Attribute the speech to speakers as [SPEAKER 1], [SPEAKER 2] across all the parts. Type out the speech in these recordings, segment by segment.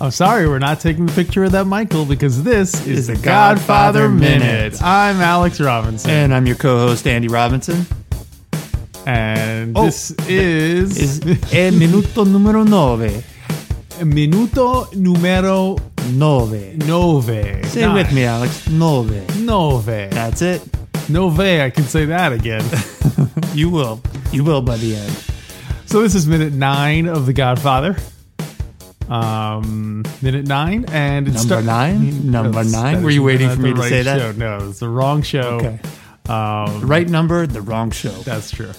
[SPEAKER 1] I'm sorry, we're not taking the picture of that Michael because this is,
[SPEAKER 2] It's
[SPEAKER 1] the
[SPEAKER 2] the
[SPEAKER 1] Godfather,
[SPEAKER 2] Godfather
[SPEAKER 1] Minute.
[SPEAKER 2] Minute.
[SPEAKER 1] I'm Alex Robinson, and,
[SPEAKER 2] And I'm your co-host Andy Robinson. Oh,
[SPEAKER 1] this is,
[SPEAKER 2] Is el minuto número nove?
[SPEAKER 1] Minuto Numero
[SPEAKER 2] Nove.
[SPEAKER 1] Nove.
[SPEAKER 2] Say it with me, Alex. Nove.
[SPEAKER 1] Nove.
[SPEAKER 2] That's it.
[SPEAKER 1] Nove, I can say that again.
[SPEAKER 2] You will. You will by the end.
[SPEAKER 1] so this is minute nine of The Godfather. Um, minute nine, and it's
[SPEAKER 2] Number nine? Number nine? Were you waiting for me to say that?
[SPEAKER 1] Show. No, it's the wrong show.
[SPEAKER 2] Okay.
[SPEAKER 1] Um,
[SPEAKER 2] The right number, the wrong show.
[SPEAKER 1] That's true.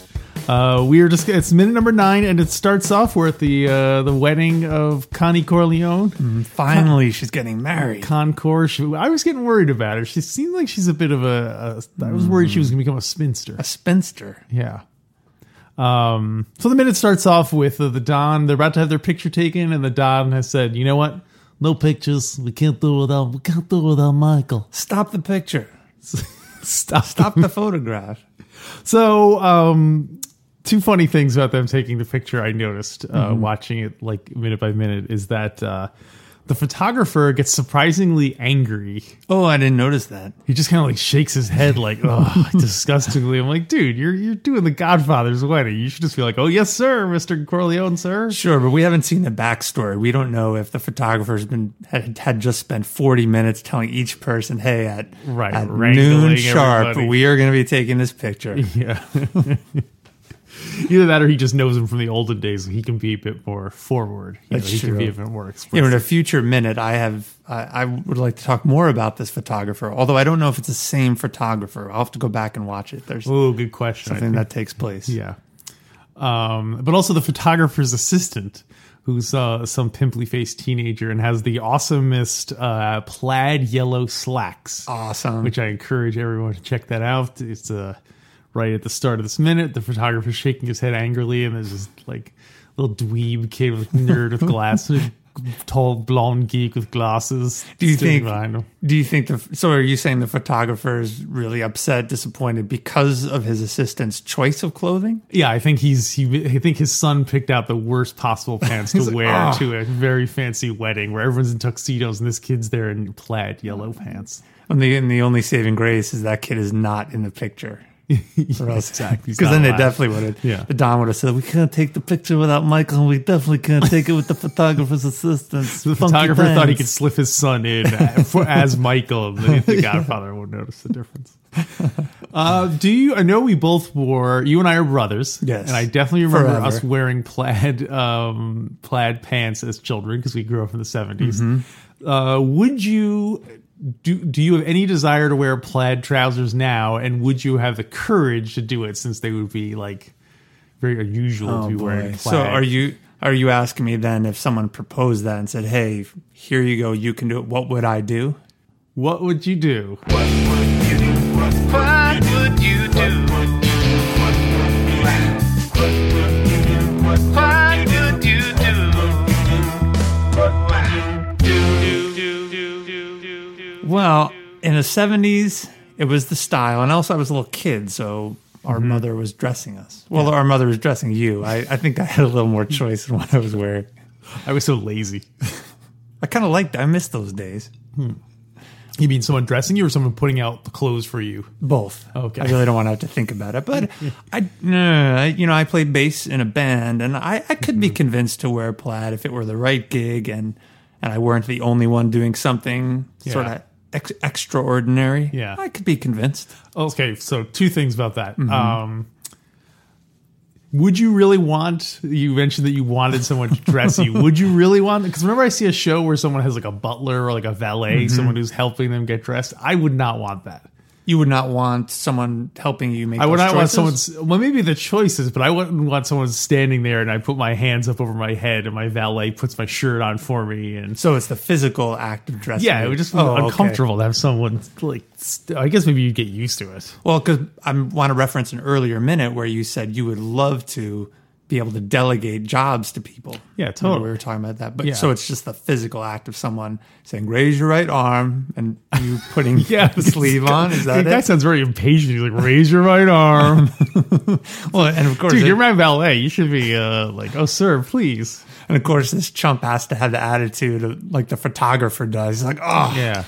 [SPEAKER 1] Uh, we are just it's minute number nine, and it starts off with the uh, the wedding of Connie Corleone.
[SPEAKER 2] Finally, she's getting married.
[SPEAKER 1] Concord. She, I was getting worried about her. She seemed like she's a bit of a. a I was worried she was going to become a spinster.
[SPEAKER 2] A spinster.
[SPEAKER 1] Yeah. Um. So the minute starts off with uh, the Don. They're about to have their picture taken, and the Don has said, "You know what? No pictures. We can't do it without. We can't do it without Michael.
[SPEAKER 2] Stop the picture.
[SPEAKER 1] Stop.
[SPEAKER 2] Stop the photograph.
[SPEAKER 1] So, um, two funny things about them taking the picture I noticed uh,
[SPEAKER 2] Mm-hmm.
[SPEAKER 1] watching it like minute by minute is that uh, the photographer gets surprisingly angry.
[SPEAKER 2] Oh, I didn't notice that.
[SPEAKER 1] He just kind of like shakes his head like, oh, disgustingly. I'm like, dude, you're you're doing the Godfather's wedding. You should just be like, oh yes, sir, Mister Corleone, sir.
[SPEAKER 2] Sure, but we haven't seen the backstory. We don't know if the photographer's been had, had just spent forty minutes telling each person, "Hey, at,
[SPEAKER 1] Right,
[SPEAKER 2] at
[SPEAKER 1] wrangling
[SPEAKER 2] noon sharp,
[SPEAKER 1] everybody.
[SPEAKER 2] we are going to be taking this picture."
[SPEAKER 1] Yeah. Either that, or he just knows him from the olden days. He can be a bit more forward. You know,
[SPEAKER 2] That's
[SPEAKER 1] he can
[SPEAKER 2] true.
[SPEAKER 1] be a bit more
[SPEAKER 2] You
[SPEAKER 1] explicit.
[SPEAKER 2] know, in a future minute, I have I, I would like to talk more about this photographer. Although I don't know if it's the same photographer. I'll have to go back and watch it. There's
[SPEAKER 1] oh, good question. I
[SPEAKER 2] something that takes place.
[SPEAKER 1] Yeah. Um, but also the photographer's assistant, who's uh, some pimply faced teenager and has the awesomest uh, plaid yellow slacks.
[SPEAKER 2] Awesome.
[SPEAKER 1] Which I encourage everyone to check that out. It's uh, right at the start of this minute. The photographer's shaking his head angrily, and there's this like little dweeb kid with nerd with glasses. Tall blonde geek with glasses.
[SPEAKER 2] do you
[SPEAKER 1] standing
[SPEAKER 2] think?
[SPEAKER 1] behind him.
[SPEAKER 2] Do you think the? So are you saying the photographer is really upset, disappointed because of his assistant's choice of clothing?
[SPEAKER 1] Yeah, I think he's he. I think his son picked out the worst possible pants to wear
[SPEAKER 2] "Ah."
[SPEAKER 1] to a very fancy wedding where everyone's in tuxedos and this kid's there in plaid yellow pants.
[SPEAKER 2] And the, and the only saving grace is that kid is not in the picture. Or else,
[SPEAKER 1] exactly. He's
[SPEAKER 2] Because
[SPEAKER 1] not
[SPEAKER 2] then they
[SPEAKER 1] allowed.
[SPEAKER 2] definitely would have.
[SPEAKER 1] Yeah.
[SPEAKER 2] The Don would have said, "We can't take the picture without Michael, and we definitely can't take it with the photographer's assistants."
[SPEAKER 1] The photographer thought he could slip his son in for, as Michael, and then the Godfather would notice the difference. Uh, do you? I know we both wore. You and I are brothers.
[SPEAKER 2] Yes.
[SPEAKER 1] and I definitely remember
[SPEAKER 2] Forever.
[SPEAKER 1] us wearing plaid um, plaid pants as children because we grew up in the 70s
[SPEAKER 2] Mm-hmm.
[SPEAKER 1] Uh, would you? Do, do you have any desire to wear plaid trousers now? And would you have the courage to do it since they would be like very unusual to be wearing plaid?
[SPEAKER 2] Oh, So are you are you asking me then if someone proposed that and said, "Hey, here you go, you can do it." What would I do?
[SPEAKER 1] what would you do?
[SPEAKER 3] What would you do? What would you do? What would you do? What would you do? What would you do? What would you do? What would you do?
[SPEAKER 2] Well, in the seventies, it was the style, and also I was a little kid, so our mother was dressing us. Well, our mother was dressing you. I, I think I had a little more choice in what I was wearing.
[SPEAKER 1] I was so lazy.
[SPEAKER 2] I kind of liked. I miss those days.
[SPEAKER 1] You mean someone dressing you or someone putting out the clothes for you?
[SPEAKER 2] Both.
[SPEAKER 1] Okay.
[SPEAKER 2] I really don't want to have to think about it, but I, no, I, you know, I played bass in a band, and I, I could
[SPEAKER 1] Mm-hmm.
[SPEAKER 2] be convinced to wear plaid if it were the right gig, and and I weren't the only one doing something sort
[SPEAKER 1] Yeah.
[SPEAKER 2] of ex- extraordinary.
[SPEAKER 1] Yeah.
[SPEAKER 2] I could be convinced.
[SPEAKER 1] Okay, so two things about that.
[SPEAKER 2] Mm-hmm.
[SPEAKER 1] Um, would you really want? You mentioned that you wanted someone to dress you. Would you really want? Because whenever I see a
[SPEAKER 2] Mm-hmm.
[SPEAKER 1] show where someone has like a butler or like a valet, someone who's helping them get dressed, I would not want that.
[SPEAKER 2] you would not want someone helping you make.
[SPEAKER 1] I would
[SPEAKER 2] those
[SPEAKER 1] not want
[SPEAKER 2] choices?
[SPEAKER 1] someone. Well, maybe the choices, but I wouldn't want someone standing there and I put my hands up over my head and my valet puts my shirt on for me and.
[SPEAKER 2] So it's the physical act of dressing.
[SPEAKER 1] Yeah, it would just be
[SPEAKER 2] Oh, okay.
[SPEAKER 1] uncomfortable to have someone like. St- I guess maybe you get used to it.
[SPEAKER 2] Well, because I want to reference an earlier minute where you said you would love to be able to delegate jobs to people.
[SPEAKER 1] Yeah,
[SPEAKER 2] Remember
[SPEAKER 1] totally.
[SPEAKER 2] We were talking about that, but
[SPEAKER 1] Yeah.
[SPEAKER 2] so it's just the physical act of someone saying, "Raise your right arm," and you putting the
[SPEAKER 1] it's-
[SPEAKER 2] sleeve on. Is that
[SPEAKER 1] That,
[SPEAKER 2] it?
[SPEAKER 1] sounds very impatient. He's like, raise your right arm,
[SPEAKER 2] Well, and of course,
[SPEAKER 1] dude.
[SPEAKER 2] it-
[SPEAKER 1] You're my valet. You should be uh, like, oh, sir, please.
[SPEAKER 2] and of course, this chump has to have the attitude of, like the photographer does. He's like, "Oh,
[SPEAKER 1] Yeah.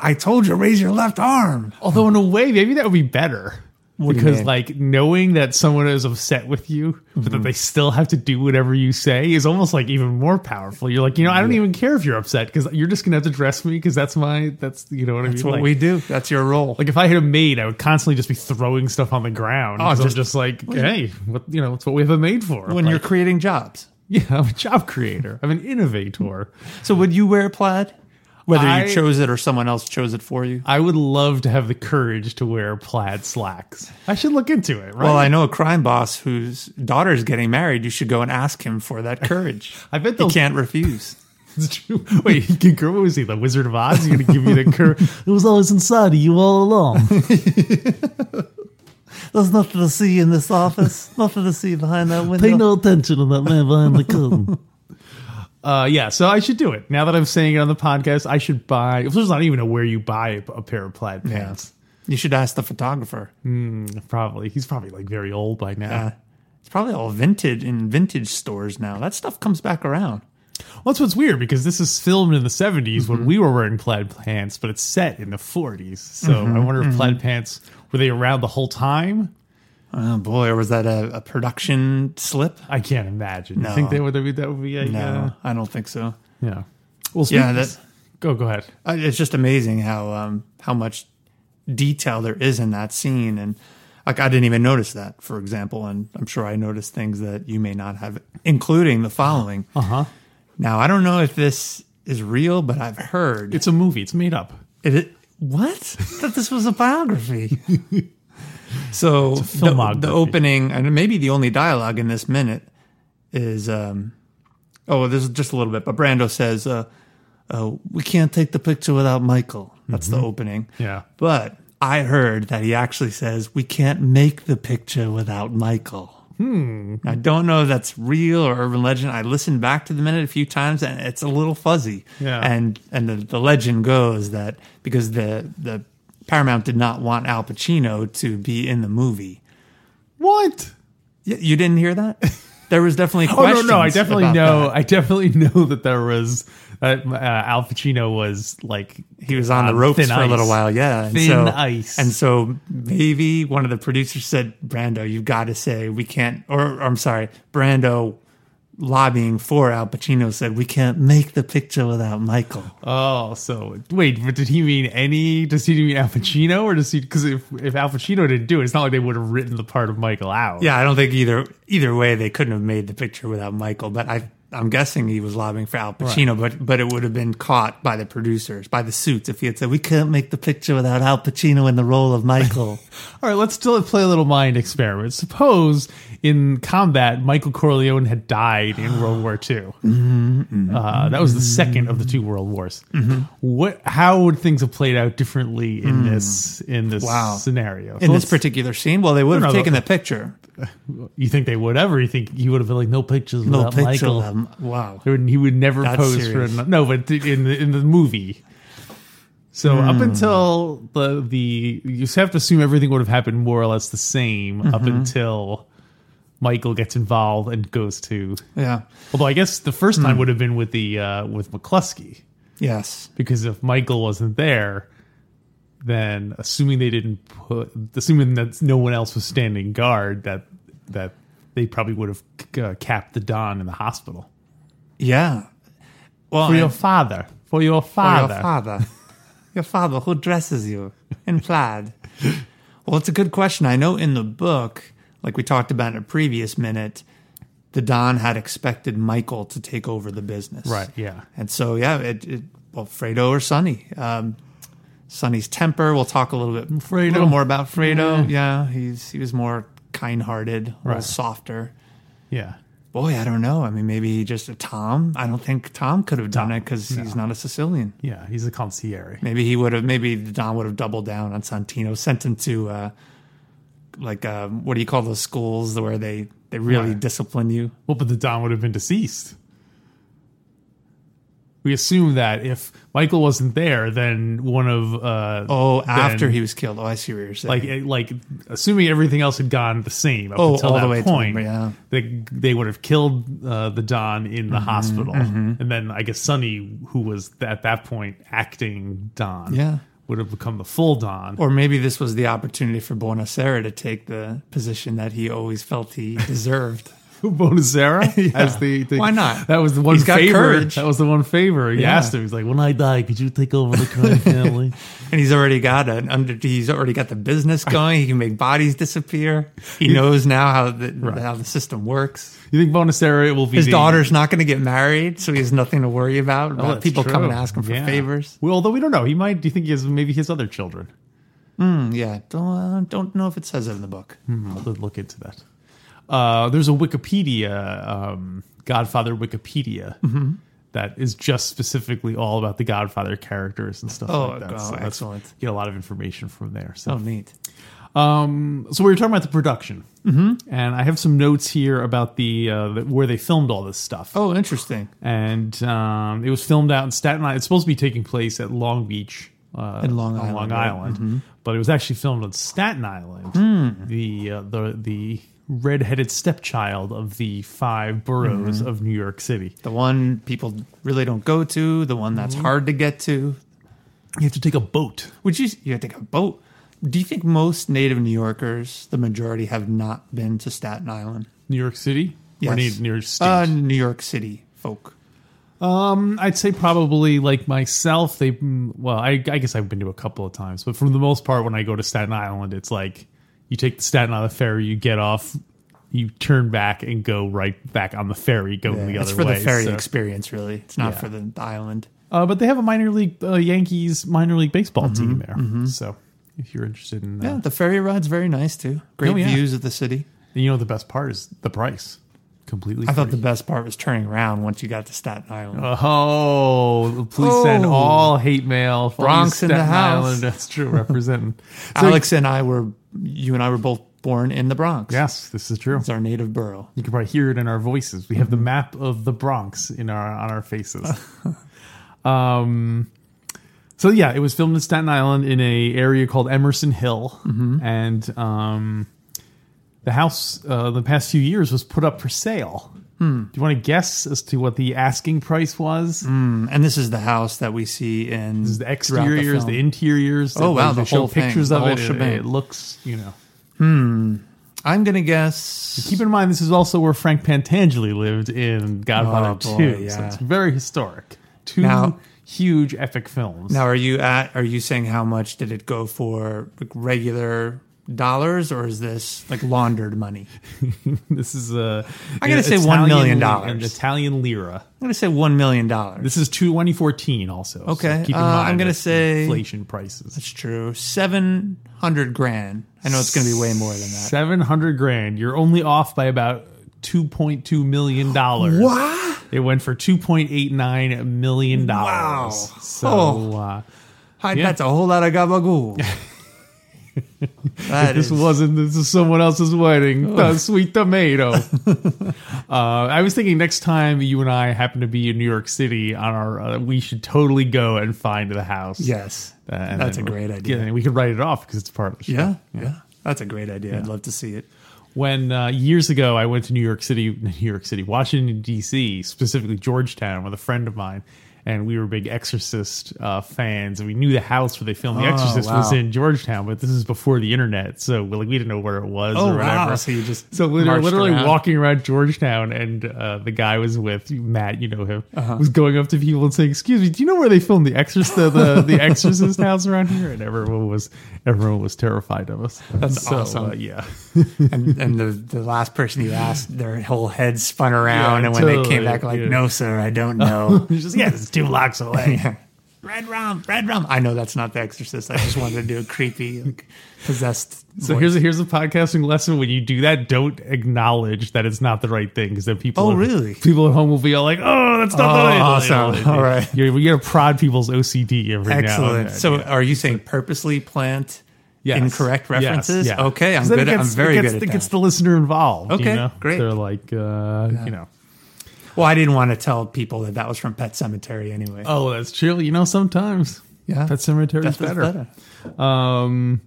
[SPEAKER 2] I told you, raise your left arm."
[SPEAKER 1] Although in a way, maybe that would be better.
[SPEAKER 2] do you
[SPEAKER 1] because
[SPEAKER 2] mean? Mm-hmm.
[SPEAKER 1] like knowing that someone is upset with you, but that they still have to do whatever you say is almost like even more powerful. You're like, you know, I don't even care if you're upset because you're just gonna have to dress me because that's my that's you know what
[SPEAKER 2] That's
[SPEAKER 1] I mean.
[SPEAKER 2] what
[SPEAKER 1] like,
[SPEAKER 2] we do. That's your role.
[SPEAKER 1] like if I had a maid, I would constantly just be throwing stuff on the ground.
[SPEAKER 2] Oh,
[SPEAKER 1] Oh, just,
[SPEAKER 2] just-
[SPEAKER 1] I'm just like, hey, what you know, it's what we have a maid for.
[SPEAKER 2] when
[SPEAKER 1] Like,
[SPEAKER 2] you're creating jobs.
[SPEAKER 1] yeah, I'm a job creator. I'm an innovator.
[SPEAKER 2] So would you wear plaid? Whether
[SPEAKER 1] I-
[SPEAKER 2] you chose it or someone else chose it for you.
[SPEAKER 1] I would love to have the courage to wear plaid slacks. I should look into it. Right?
[SPEAKER 2] Well, I know a crime boss whose daughter's getting married. You should go and ask him for that courage.
[SPEAKER 1] I bet
[SPEAKER 2] he
[SPEAKER 1] they'll-
[SPEAKER 2] can't refuse.
[SPEAKER 1] It's true. Wait, he can cur- what was he? The Wizard of Oz? He's going to give me the cur. it was always inside of you all along.
[SPEAKER 2] There's nothing to see in this office. nothing to see behind that window.
[SPEAKER 1] no attention to that man behind the curtain. Uh, yeah, so I should do it. Now that I'm saying it on the podcast, I should buy. There's not even a where you buy a, a pair of plaid pants.
[SPEAKER 2] You should ask the photographer.
[SPEAKER 1] Probably. He's probably like very old by now.
[SPEAKER 2] Uh, it's probably all vintage in vintage stores now. That stuff comes back around.
[SPEAKER 1] Well, that's what's weird because this is filmed in the 70s when
[SPEAKER 2] Mm-hmm.
[SPEAKER 1] we were wearing plaid pants, but it's set in the 40s. So
[SPEAKER 2] Mm-hmm.
[SPEAKER 1] I wonder if plaid pants were they around the whole time?
[SPEAKER 2] Oh boy, or was that a, a production slip?
[SPEAKER 1] I can't imagine.
[SPEAKER 2] No.
[SPEAKER 1] You think that would be that would be a
[SPEAKER 2] No,
[SPEAKER 1] uh,
[SPEAKER 2] I don't think so.
[SPEAKER 1] Yeah. Well, speaking-
[SPEAKER 2] Yeah, that-
[SPEAKER 1] go go ahead.
[SPEAKER 2] I- Uh, it's just amazing how um, how much detail there is in that scene, and like I didn't even notice that, for example, and I'm sure I noticed things that you may not have, including the following.
[SPEAKER 1] Uh huh.
[SPEAKER 2] Now I don't know if this is real, but I've heard
[SPEAKER 1] It's a movie. It's made up.
[SPEAKER 2] it, it- what that this was a biography. so the,
[SPEAKER 1] filmography.
[SPEAKER 2] the opening and maybe the only dialogue in this minute is um, oh this is just a little bit, but Brando says uh, uh, we can't take the picture without Michael. That's the opening.
[SPEAKER 1] Mm-hmm. Yeah.
[SPEAKER 2] but I heard that he actually says we can't make the picture without Michael. Hmm. I don't know if that's real or urban legend. I listened back to the minute a few times and it's a little fuzzy.
[SPEAKER 1] Yeah.
[SPEAKER 2] And and the, the legend goes that because the the Paramount did not want Al Pacino to be in the movie.
[SPEAKER 1] What?
[SPEAKER 2] Y- You didn't hear that? There was definitely
[SPEAKER 1] Oh
[SPEAKER 2] questions.
[SPEAKER 1] no, no! I definitely
[SPEAKER 2] about
[SPEAKER 1] know.
[SPEAKER 2] that.
[SPEAKER 1] I definitely know that there was that uh, Al Pacino was like
[SPEAKER 2] He was on the
[SPEAKER 1] on
[SPEAKER 2] ropes
[SPEAKER 1] thin
[SPEAKER 2] for a little
[SPEAKER 1] ice.
[SPEAKER 2] while, yeah. And
[SPEAKER 1] Thin
[SPEAKER 2] so,
[SPEAKER 1] ice.
[SPEAKER 2] And so maybe one of the producers said, Brando, you've got to say we can't, or, or I'm sorry, Brando lobbying for Al Pacino said, we can't make the picture without Michael.
[SPEAKER 1] oh. So wait, but did he mean any? Does he mean Al Pacino or does he? Because if if Al Pacino didn't do it, it's not like they would have written the part of Michael out.
[SPEAKER 2] Yeah, I don't think either either way they couldn't have made the picture without Michael. But I I'm guessing he was lobbying for Al Pacino, but but it would have been caught by the producers, by the suits, if he had said we couldn't make the picture without Al Pacino in the role of Michael.
[SPEAKER 1] All right, let's still play a little mind experiment. Suppose in combat, Michael Corleone had died in World War II.
[SPEAKER 2] Mm-hmm,
[SPEAKER 1] Uh, that was the second of the two World Wars. What? How would things have played out differently in this in this
[SPEAKER 2] Mm. Wow.
[SPEAKER 1] scenario?
[SPEAKER 2] in
[SPEAKER 1] So
[SPEAKER 2] this
[SPEAKER 1] let's-
[SPEAKER 2] particular scene, well, they would
[SPEAKER 1] No,
[SPEAKER 2] have
[SPEAKER 1] no,
[SPEAKER 2] taken
[SPEAKER 1] no.
[SPEAKER 2] the picture.
[SPEAKER 1] you think they would ever? You think he would have been like, no pictures
[SPEAKER 2] No
[SPEAKER 1] without
[SPEAKER 2] picture.
[SPEAKER 1] Michael?
[SPEAKER 2] of him. Wow.
[SPEAKER 1] They would- he would never
[SPEAKER 2] That's
[SPEAKER 1] pose
[SPEAKER 2] serious.
[SPEAKER 1] for a, no, but in the in the movie. So
[SPEAKER 2] Hmm.
[SPEAKER 1] up until the the you just have to assume everything would have happened more or less the same up
[SPEAKER 2] Mm-hmm.
[SPEAKER 1] until Michael gets involved and goes to.
[SPEAKER 2] Yeah.
[SPEAKER 1] Although I guess the first
[SPEAKER 2] Hmm.
[SPEAKER 1] time would have been with the uh, with McCluskey
[SPEAKER 2] Yes.
[SPEAKER 1] because if Michael wasn't there, then assuming they didn't put assuming that no one else was standing guard that that they probably would have uh, capped the Don in the hospital
[SPEAKER 2] Yeah. Well,
[SPEAKER 1] for your
[SPEAKER 2] and-
[SPEAKER 1] father. For your
[SPEAKER 2] or
[SPEAKER 1] father.
[SPEAKER 2] your father. your father who dresses you in plaid. well, it's a good question. I know in the book, like we talked about in a previous minute, the Don had expected Michael to take over the business.
[SPEAKER 1] Right, yeah.
[SPEAKER 2] And so, yeah, it, it well, Fredo or Sonny. Um, Sonny's temper. We'll talk a little bit,
[SPEAKER 1] Fredo.
[SPEAKER 2] a little more about Fredo. Yeah, he's he was more kind-hearted, a little
[SPEAKER 1] Right.
[SPEAKER 2] softer.
[SPEAKER 1] Yeah.
[SPEAKER 2] Boy, I don't know. I mean, maybe he just Tom. I don't think Tom could have done
[SPEAKER 1] Tom,
[SPEAKER 2] it because he's not a Sicilian.
[SPEAKER 1] Yeah. He's a concierge.
[SPEAKER 2] Maybe he would have. Maybe Don would have doubled down on Santino, sent him to uh, like uh, what do you call those schools where they they really
[SPEAKER 1] Right.
[SPEAKER 2] discipline you?
[SPEAKER 1] Well, but the Don would have been deceased. We assume that if Michael wasn't there, then one of uh,
[SPEAKER 2] Oh,
[SPEAKER 1] then-
[SPEAKER 2] after he was killed. Oh, I see what you're saying.
[SPEAKER 1] like eh, like assuming everything else had gone the same up
[SPEAKER 2] Oh,
[SPEAKER 1] until
[SPEAKER 2] all
[SPEAKER 1] that
[SPEAKER 2] the way to-
[SPEAKER 1] point,
[SPEAKER 2] yeah. Mm-hmm,
[SPEAKER 1] they they would have killed uh, the Don in the hospital, and then I guess Sonny, who was at that point acting Don,
[SPEAKER 2] Yeah.
[SPEAKER 1] would have become the full Don.
[SPEAKER 2] Or maybe this was the opportunity for Buonasera to take the position that he always felt he deserved.
[SPEAKER 1] Bonacera as the, the-
[SPEAKER 2] Why not?
[SPEAKER 1] That was the one
[SPEAKER 2] He's got
[SPEAKER 1] favor.
[SPEAKER 2] courage.
[SPEAKER 1] That was the one favor. He
[SPEAKER 2] Yeah.
[SPEAKER 1] asked him. He's like, "When I die, could you take over the crime family?"
[SPEAKER 2] and he's already got an under. He's already got the business going. He can make bodies disappear. He knows now how the how the system works.
[SPEAKER 1] you think Bonacera will be
[SPEAKER 2] His
[SPEAKER 1] the-
[SPEAKER 2] daughter's not going to get married, so he has nothing to worry about.
[SPEAKER 1] Oh,
[SPEAKER 2] about
[SPEAKER 1] that's
[SPEAKER 2] people come
[SPEAKER 1] true.
[SPEAKER 2] and ask him for
[SPEAKER 1] Yeah.
[SPEAKER 2] favors.
[SPEAKER 1] Well, although we don't know, he might. Do you think he has maybe his other children?
[SPEAKER 2] Hmm, yeah, don't don't know if it says it in the book.
[SPEAKER 1] I'll have to look into that. Uh, there's a Wikipedia, um, Godfather Wikipedia,
[SPEAKER 2] Mm-hmm.
[SPEAKER 1] that is just specifically all about the Godfather characters and stuff
[SPEAKER 2] Oh,
[SPEAKER 1] like that.
[SPEAKER 2] oh,
[SPEAKER 1] that's-
[SPEAKER 2] excellent.
[SPEAKER 1] Get a lot of information from there. So,
[SPEAKER 2] Oh, neat.
[SPEAKER 1] um, so we were talking about the production, mm-hmm. and I have some notes here about the, uh, the where they filmed all this stuff.
[SPEAKER 2] Oh, interesting.
[SPEAKER 1] And um, it was filmed out in Staten Island. It's supposed to be taking place at Long Beach. Uh,
[SPEAKER 2] In Long
[SPEAKER 1] on
[SPEAKER 2] Island,
[SPEAKER 1] Long
[SPEAKER 2] right. Mm-hmm.
[SPEAKER 1] Island, but it was actually filmed on Staten Island.
[SPEAKER 2] Hmm.
[SPEAKER 1] The uh, the the redheaded stepchild of the five boroughs
[SPEAKER 2] Mm-hmm.
[SPEAKER 1] of New York City.
[SPEAKER 2] The one people really don't go to. The one
[SPEAKER 1] Hmm.
[SPEAKER 2] that's hard to get to.
[SPEAKER 1] You have to take a boat.
[SPEAKER 2] Would you you think a boat? Do you think most native New Yorkers, the majority, have not been to Staten Island?
[SPEAKER 1] New York City. Or
[SPEAKER 2] Yes.
[SPEAKER 1] New, New York State.
[SPEAKER 2] Uh, New York City folk.
[SPEAKER 1] I'd say probably like myself. They mm, well, I, I guess I've been to a couple of times, but for the most part, when I go to Staten Island, it's like you take the Staten Island ferry, you get off, you turn back, and go right back on the ferry, going the other
[SPEAKER 2] it's for
[SPEAKER 1] way.
[SPEAKER 2] the ferry
[SPEAKER 1] so-
[SPEAKER 2] experience, really. It's not
[SPEAKER 1] Yeah.
[SPEAKER 2] for the, the island.
[SPEAKER 1] uh, but they have a minor league uh, Yankees minor league baseball team there, so if you're interested in that,
[SPEAKER 2] Yeah, the ferry ride's very nice too. Great
[SPEAKER 1] Oh, yeah.
[SPEAKER 2] views of the city.
[SPEAKER 1] And you know the best part is the price, completely.
[SPEAKER 2] I thought the
[SPEAKER 1] free.
[SPEAKER 2] best part was turning around once you got to Staten Island.
[SPEAKER 1] Oh, please send
[SPEAKER 2] Oh.
[SPEAKER 1] all hate mail. for all you
[SPEAKER 2] Bronx in the
[SPEAKER 1] Staten
[SPEAKER 2] house.
[SPEAKER 1] Island. That's true. Representing So-
[SPEAKER 2] Alex and I were, you and I were both born in the Bronx.
[SPEAKER 1] yes, this is true.
[SPEAKER 2] It's our native borough.
[SPEAKER 1] You can probably hear it in our voices. We have
[SPEAKER 2] Mm-hmm.
[SPEAKER 1] the map of the Bronx in our on our faces. um, so yeah, it was filmed in Staten Island in a area called Emerson Hill,
[SPEAKER 2] Mm-hmm.
[SPEAKER 1] and um, the house uh, the past few years was put up for sale. Do you want to guess as to what the asking price was?
[SPEAKER 2] Hmm. Mm, And this is the house that we see in
[SPEAKER 1] Is the exteriors, the, interiors? they-
[SPEAKER 2] Oh, wow,
[SPEAKER 1] they
[SPEAKER 2] the
[SPEAKER 1] show
[SPEAKER 2] whole thing,
[SPEAKER 1] pictures
[SPEAKER 2] the
[SPEAKER 1] of
[SPEAKER 2] whole
[SPEAKER 1] it. it.
[SPEAKER 2] shebang.
[SPEAKER 1] It looks, you know.
[SPEAKER 2] I'm gonna guess.
[SPEAKER 1] Keep in mind, this is also where Frank Pantangeli lived in Godfather
[SPEAKER 2] Oh, boy,
[SPEAKER 1] Two, so
[SPEAKER 2] yeah.
[SPEAKER 1] it's very historic. Two
[SPEAKER 2] Now-
[SPEAKER 1] huge epic films.
[SPEAKER 2] Now, are you at? Are you saying how much did it go for like, regular dollars, or is this like laundered money?
[SPEAKER 1] this is a
[SPEAKER 2] I gotta say $1 million dollars.
[SPEAKER 1] an Italian lira.
[SPEAKER 2] I'm gonna say one million dollars.
[SPEAKER 1] This is 2014 also. so
[SPEAKER 2] Okay,
[SPEAKER 1] keep in
[SPEAKER 2] uh,
[SPEAKER 1] mind
[SPEAKER 2] I'm gonna
[SPEAKER 1] it's
[SPEAKER 2] say-
[SPEAKER 1] inflation prices.
[SPEAKER 2] That's true. Seven hundred grand. I know it's gonna be way more than that.
[SPEAKER 1] Seven hundred grand. You're only off by about 2.2 million dollars.
[SPEAKER 2] What?
[SPEAKER 1] It went for 2.89 million
[SPEAKER 2] Wow.
[SPEAKER 1] dollars. So.
[SPEAKER 2] Oh.
[SPEAKER 1] Uh,
[SPEAKER 2] Hi, That's a whole lot of gabagool. That
[SPEAKER 1] This
[SPEAKER 2] is-
[SPEAKER 1] wasn't. This is someone else's wedding.
[SPEAKER 2] Oh.
[SPEAKER 1] The sweet tomato. uh, I was thinking next time you and I happen to be in New York City on our, uh, we should totally go and find the house.
[SPEAKER 2] yes.
[SPEAKER 1] Uh, and
[SPEAKER 2] That's
[SPEAKER 1] then
[SPEAKER 2] a great
[SPEAKER 1] we-
[SPEAKER 2] idea.
[SPEAKER 1] yeah, and we could write it off because it's part of the show.
[SPEAKER 2] Yeah, yeah. That's a great idea. I'd love to see it.
[SPEAKER 1] When uh, years ago I went to New York City, New York City, Washington D.C., specifically Georgetown, with a friend of mine, and we were big Exorcist uh, fans, and we knew the house where they filmed The
[SPEAKER 2] Oh,
[SPEAKER 1] Exorcist was
[SPEAKER 2] wow.
[SPEAKER 1] in Georgetown, but this is before the internet, so like we didn't know where it was or whatever.
[SPEAKER 2] Oh, So you just
[SPEAKER 1] So literally,
[SPEAKER 2] marched
[SPEAKER 1] literally
[SPEAKER 2] around.
[SPEAKER 1] walking around Georgetown, and uh, the guy was with Matt. You know him
[SPEAKER 2] Uh-huh.
[SPEAKER 1] was going up to people and saying, "Excuse me, do you know where they filmed the Exorcist, the the, the Exorcist house around here?" And everyone was everyone was terrified of us. That's
[SPEAKER 2] awesome.
[SPEAKER 1] yeah,
[SPEAKER 2] and, and the, the last person you asked, their whole head spun around,
[SPEAKER 1] Yeah,
[SPEAKER 2] and when they
[SPEAKER 1] totally,
[SPEAKER 2] came back, like,
[SPEAKER 1] yeah.
[SPEAKER 2] no, sir, I don't know.
[SPEAKER 1] He's just, yeah, it's two blocks away.
[SPEAKER 2] Yeah. Red rum, red rum. I know that's not The Exorcist. I just wanted to do a creepy, like, possessed.
[SPEAKER 1] So
[SPEAKER 2] voice.
[SPEAKER 1] here's a, here's a podcasting lesson. When you do that, don't acknowledge that it's not the right thing because then people
[SPEAKER 2] Oh,
[SPEAKER 1] at-
[SPEAKER 2] really?
[SPEAKER 1] people at home will be all like, oh, that's not the right
[SPEAKER 2] awesome.
[SPEAKER 1] thing."
[SPEAKER 2] All right.
[SPEAKER 1] you're, you're gonna prod people's OCD every now. and
[SPEAKER 2] excellent.
[SPEAKER 1] then.
[SPEAKER 2] So are you saying purposely plant
[SPEAKER 1] Yes.
[SPEAKER 2] incorrect
[SPEAKER 1] Yes.
[SPEAKER 2] references?
[SPEAKER 1] Yeah.
[SPEAKER 2] Okay, I'm
[SPEAKER 1] 'Cause then
[SPEAKER 2] good.
[SPEAKER 1] it
[SPEAKER 2] At, I'm
[SPEAKER 1] gets-
[SPEAKER 2] very
[SPEAKER 1] it gets,
[SPEAKER 2] good
[SPEAKER 1] It
[SPEAKER 2] at
[SPEAKER 1] gets
[SPEAKER 2] that.
[SPEAKER 1] the listener involved. you
[SPEAKER 2] Okay,
[SPEAKER 1] know?
[SPEAKER 2] great.
[SPEAKER 1] They're like, uh, you know,
[SPEAKER 2] well, I didn't want to tell people that that was from Pet Cemetery anyway.
[SPEAKER 1] oh, that's true. You know, sometimes
[SPEAKER 2] Yeah.
[SPEAKER 1] that cemetery is
[SPEAKER 2] Death is
[SPEAKER 1] better. Um,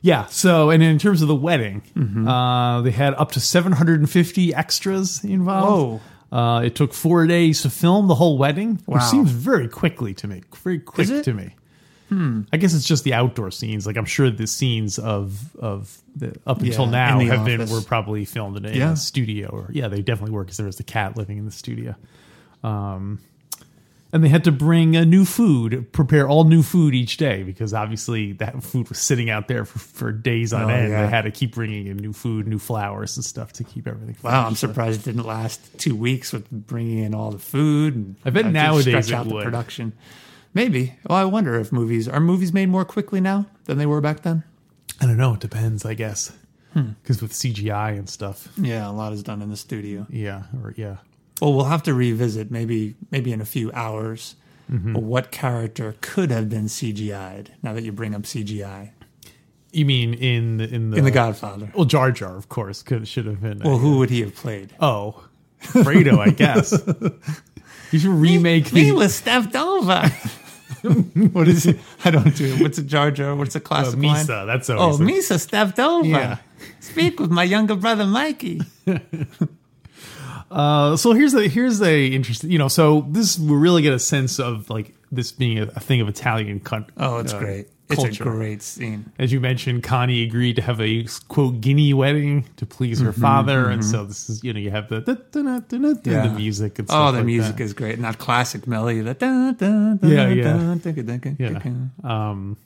[SPEAKER 1] yeah. So, and in terms of the wedding,
[SPEAKER 2] Mm-hmm.
[SPEAKER 1] uh, they had up to 750 extras involved. Uh, it took four days to film the whole wedding,
[SPEAKER 2] Wow.
[SPEAKER 1] which seems very quickly to me. Very quick
[SPEAKER 2] Is it? Hmm.
[SPEAKER 1] to me. I guess it's just the outdoor scenes. Like I'm sure the scenes of of the, up until
[SPEAKER 2] in
[SPEAKER 1] now
[SPEAKER 2] the
[SPEAKER 1] have been
[SPEAKER 2] office.
[SPEAKER 1] were probably filmed in a, in
[SPEAKER 2] Yeah.
[SPEAKER 1] a studio. Or yeah, they definitely were because there was the cat living in the studio. Um, and they had to bring a new food, prepare all new food each day because obviously that food was sitting out there for, for days on
[SPEAKER 2] Oh,
[SPEAKER 1] end.
[SPEAKER 2] yeah.
[SPEAKER 1] They had to keep bringing in new food, new flowers and stuff to keep everything.
[SPEAKER 2] Wow, I'm
[SPEAKER 1] fresh.
[SPEAKER 2] surprised it didn't last two weeks with bringing in all the food. And
[SPEAKER 1] I bet
[SPEAKER 2] have to
[SPEAKER 1] nowadays
[SPEAKER 2] stretch
[SPEAKER 1] it
[SPEAKER 2] out
[SPEAKER 1] would.
[SPEAKER 2] the production. Maybe. Well, I wonder if movies are movies made more quickly now than they were back then.
[SPEAKER 1] I don't know. It depends, I guess, because with CGI and stuff.
[SPEAKER 2] Yeah, a lot is done in the studio.
[SPEAKER 1] Yeah, or yeah.
[SPEAKER 2] Well, we'll have to revisit maybe maybe in a few hours what character could have been CGI'd. Now that you bring up CGI
[SPEAKER 1] You mean in the in the
[SPEAKER 2] in The Godfather,
[SPEAKER 1] Well, Jar Jar, of course, could should have been.
[SPEAKER 2] well, who would he have played?
[SPEAKER 1] oh, Fredo, I guess. You should remake
[SPEAKER 2] He
[SPEAKER 1] the
[SPEAKER 2] was stepped over. what is it? I don't do it. What's a Jar Jar? What's a
[SPEAKER 1] uh,
[SPEAKER 2] classic line?
[SPEAKER 1] Misa. That's
[SPEAKER 2] Oh,
[SPEAKER 1] always
[SPEAKER 2] Misa stepped over.
[SPEAKER 1] Yeah.
[SPEAKER 2] Speak with my younger brother Mikey.
[SPEAKER 1] Uh, so here's the here's a interesting. You know, so this we really get a sense of like this being a, a thing of Italian country.
[SPEAKER 2] Oh, it's great. It's
[SPEAKER 1] culture.
[SPEAKER 2] a great scene.
[SPEAKER 1] As you mentioned, Connie agreed to have a quote Guinea wedding to please
[SPEAKER 2] Mm-hmm,
[SPEAKER 1] her father, and so this is you know you have the da, da, da, da, da, da, the
[SPEAKER 2] Yeah.
[SPEAKER 1] music. And
[SPEAKER 2] Oh,
[SPEAKER 1] stuff
[SPEAKER 2] the
[SPEAKER 1] like
[SPEAKER 2] music
[SPEAKER 1] that.
[SPEAKER 2] is great. And that classic melody. The da, da, da,
[SPEAKER 1] Yeah,
[SPEAKER 2] da,
[SPEAKER 1] yeah.
[SPEAKER 2] da, da, da, da,
[SPEAKER 1] Yeah.
[SPEAKER 2] da.
[SPEAKER 1] Um,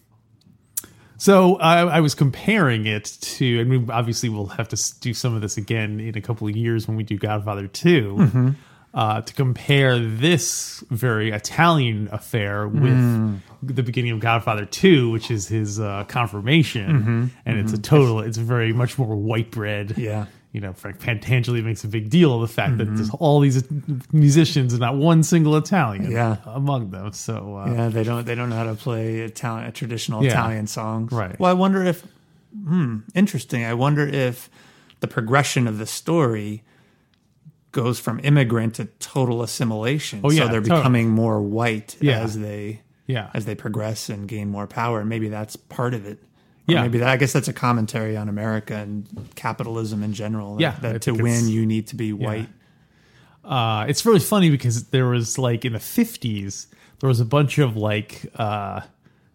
[SPEAKER 1] so I, I was comparing it to, and we obviously we'll have to s- do some of this again in a couple of years when we do Godfather 2
[SPEAKER 2] Mm-hmm.
[SPEAKER 1] uh, to compare this very Italian affair with
[SPEAKER 2] Mm.
[SPEAKER 1] the beginning of Godfather Two, which is his uh, confirmation, and it's a total, it's very much more white bread.
[SPEAKER 2] Mm-hmm. Yeah. Mm-hmm.
[SPEAKER 1] You know, Frank Pantangeli makes a big deal of the fact that there's all these musicians and not one single Italian
[SPEAKER 2] Yeah.
[SPEAKER 1] among them. So uh,
[SPEAKER 2] Yeah, they don't they don't know how to play Italian traditional
[SPEAKER 1] Yeah.
[SPEAKER 2] Italian songs.
[SPEAKER 1] Right.
[SPEAKER 2] Well, I wonder if hmm, interesting. I wonder if the progression of the story goes from immigrant to total assimilation.
[SPEAKER 1] Oh, yeah,
[SPEAKER 2] so they're
[SPEAKER 1] totally.
[SPEAKER 2] becoming more white
[SPEAKER 1] Yeah.
[SPEAKER 2] as they
[SPEAKER 1] yeah.
[SPEAKER 2] as they progress and gain more power. And maybe that's part of it. Or
[SPEAKER 1] Yeah.
[SPEAKER 2] Maybe that, I guess that's a commentary on America and capitalism in general. that-
[SPEAKER 1] Yeah, I
[SPEAKER 2] That to
[SPEAKER 1] think it's-
[SPEAKER 2] win, you need to be white.
[SPEAKER 1] uh, it's really funny because there was like in the 50s there was a bunch of like uh,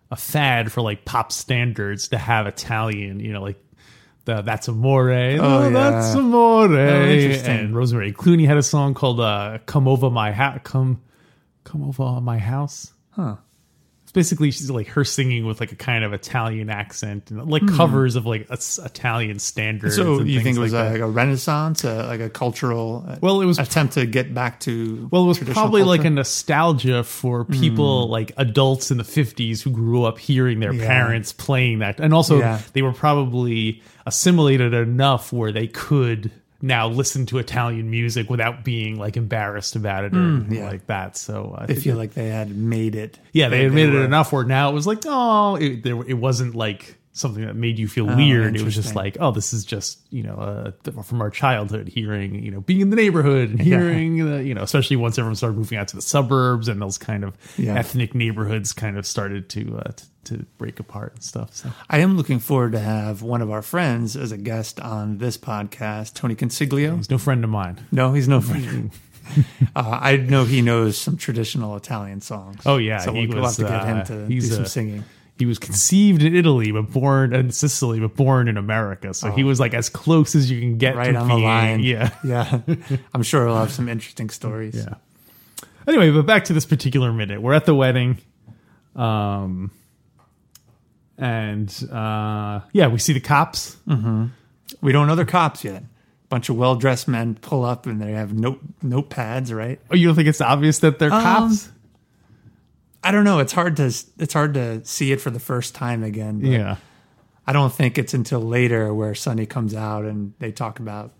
[SPEAKER 1] a fad for like pop standards to have italian you know like the that's amore oh,
[SPEAKER 2] yeah. Oh,
[SPEAKER 1] that's amore
[SPEAKER 2] interesting.
[SPEAKER 1] and rosemary clooney had a song called uh, come over my house come come over my house it's basically she's like her singing with like a kind of italian accent and like covers of like us- italian standards
[SPEAKER 2] Hmm. So
[SPEAKER 1] and
[SPEAKER 2] you
[SPEAKER 1] things
[SPEAKER 2] think it was
[SPEAKER 1] like that.
[SPEAKER 2] like, a renaissance, uh like a cultural uh,
[SPEAKER 1] Well, it was-
[SPEAKER 2] attempt to get back to
[SPEAKER 1] Well, it was
[SPEAKER 2] traditional
[SPEAKER 1] probably like a
[SPEAKER 2] culture? Hmm.
[SPEAKER 1] nostalgia for people like adults in the 50s who grew up hearing their
[SPEAKER 2] Yeah.
[SPEAKER 1] parents playing that. And also,
[SPEAKER 2] Yeah.
[SPEAKER 1] they were probably assimilated enough where they could now listen to Italian music without being like embarrassed about it or anything
[SPEAKER 2] Hmm. yeah.
[SPEAKER 1] like that. So, I
[SPEAKER 2] they
[SPEAKER 1] think,
[SPEAKER 2] feel like they had made it.
[SPEAKER 1] yeah, they, admitted
[SPEAKER 2] were-
[SPEAKER 1] it enough where now it was like, oh, it, there, it wasn't like something that made you feel weird. It was just
[SPEAKER 2] Oh, interesting.
[SPEAKER 1] like, oh, this is just, you know, uh, th- from our childhood hearing, you know, being in the neighborhood and hearing, the, you know, especially once everyone started moving out to the suburbs and those kind of
[SPEAKER 2] Yeah.
[SPEAKER 1] ethnic neighborhoods kind of started to, uh, t- to break apart and stuff. So,
[SPEAKER 2] I am looking forward to have one of our friends as a guest on this podcast, Tony Consiglio.
[SPEAKER 1] he's no friend of mine.
[SPEAKER 2] No, he's no friend. uh, I know he knows some traditional Italian songs.
[SPEAKER 1] Oh, yeah,
[SPEAKER 2] so
[SPEAKER 1] he
[SPEAKER 2] we'll, we'll
[SPEAKER 1] was,
[SPEAKER 2] have to get
[SPEAKER 1] uh,
[SPEAKER 2] him to
[SPEAKER 1] he's
[SPEAKER 2] do some
[SPEAKER 1] a-
[SPEAKER 2] singing.
[SPEAKER 1] He was conceived in Italy, but born in Sicily, but born in America. So he was like as close as you can get
[SPEAKER 2] Oh. Right
[SPEAKER 1] to
[SPEAKER 2] on the
[SPEAKER 1] being-
[SPEAKER 2] line.
[SPEAKER 1] Yeah.
[SPEAKER 2] yeah. I'm sure we'll have some interesting stories.
[SPEAKER 1] Yeah. Anyway, but back to this particular minute. We're at the wedding. Um and uh yeah, we see the cops.
[SPEAKER 2] We don't know they're cops yet. Bunch of well dressed men pull up and they have note notepads, right? Um,
[SPEAKER 1] Oh, you don't think it's obvious that they're cops?
[SPEAKER 2] I don't know. It's hard to it's hard to see it for the first time again. but
[SPEAKER 1] Yeah.
[SPEAKER 2] I don't think it's until later where Sonny comes out and they talk about